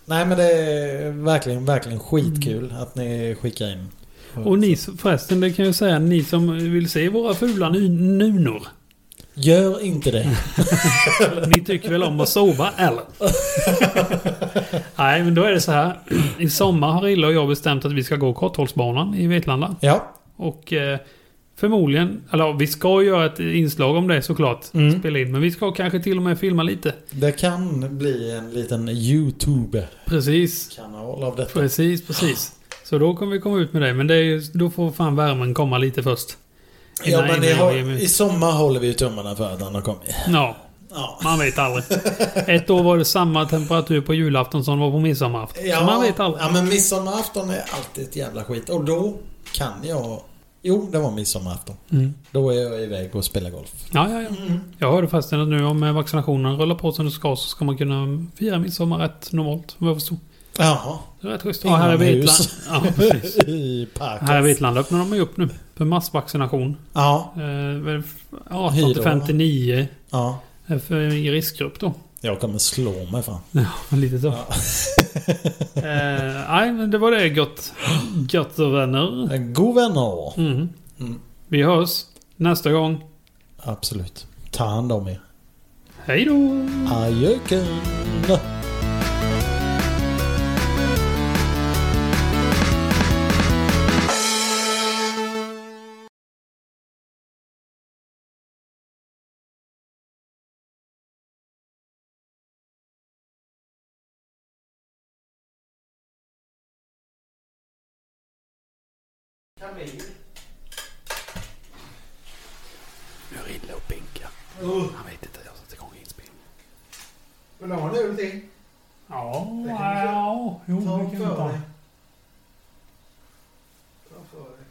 S1: nej, men det är verkligen, verkligen
S2: Mm.
S1: skitkul att ni skickar in.
S2: Och ni som- förresten, det kan jag säga, ni som vill se våra fula nu- nunor.
S1: Gör inte
S2: <laughs>
S1: det.
S2: Ni tycker väl om att sova,
S1: <laughs>
S2: eller? Nej, men då är det så här. I sommar har Rille och jag bestämt att vi ska gå Korthållsbanan i Vetlanda.
S1: Ja.
S2: Och eh, förmodligen, eller ja, vi ska göra ett inslag om det såklart.
S1: Mm.
S2: Spela in, men vi ska kanske till och med filma lite.
S1: Det kan bli en liten YouTube-kanal
S2: Precis,
S1: av detta.
S2: precis, precis. Så då kommer vi komma ut med det. Men det är ju, då får fan värmen komma lite först.
S1: Ja,
S2: Innan-
S1: men i,
S2: innan
S1: har,
S2: vi är med.
S1: i sommar håller vi ju tummarna för att han har kommit.
S2: Ja,
S1: Ja.
S2: man
S1: <laughs>
S2: vet aldrig. Ett år var det samma temperatur på julafton som det var på midsommarafton. Så man vet aldrig.
S1: Ja, men midsommarafton är alltid ett jävla skit. Och då kan jag... Jo, det var midsommarafton.
S2: Mm.
S1: Då är jag iväg och spelar golf.
S2: Ja, ja, ja. Jag hörde förresten att nu om eh, vaccinationen rullar på som det ska så ska man kunna fira midsommar rätt normalt. Vad jag förstod.
S1: Jaha. Typ,
S2: Det är rätt schysst. Ja, här är Vetlanda.
S1: Inomhus.
S2: Ja, precis.
S1: I parken.
S2: Här i Vetlanda öppnar de ju upp nu. För massvaccination.
S1: Ja.
S2: Eh, väl f- 18 till
S1: Hyror.
S2: 59
S1: Ja.
S2: eh, för, i riskgrupp då.
S1: Jag kommer slå mig fan.
S2: Ja, lite så.
S1: Ja.
S2: Eh, Nej, men det var det gott. Gott och vänner.
S1: God vänner.
S2: Mm.
S1: Mm.
S2: Vi hörs nästa gång.
S1: Absolut. Ta hand om er.
S2: Hej då!
S1: Adjöken.
S4: Nu riddlar och binkar. Han vet inte att jag har satt igång inspelningen.
S1: Vill du ha en öl till?
S2: Ja, ja, jo, det kan vi ta.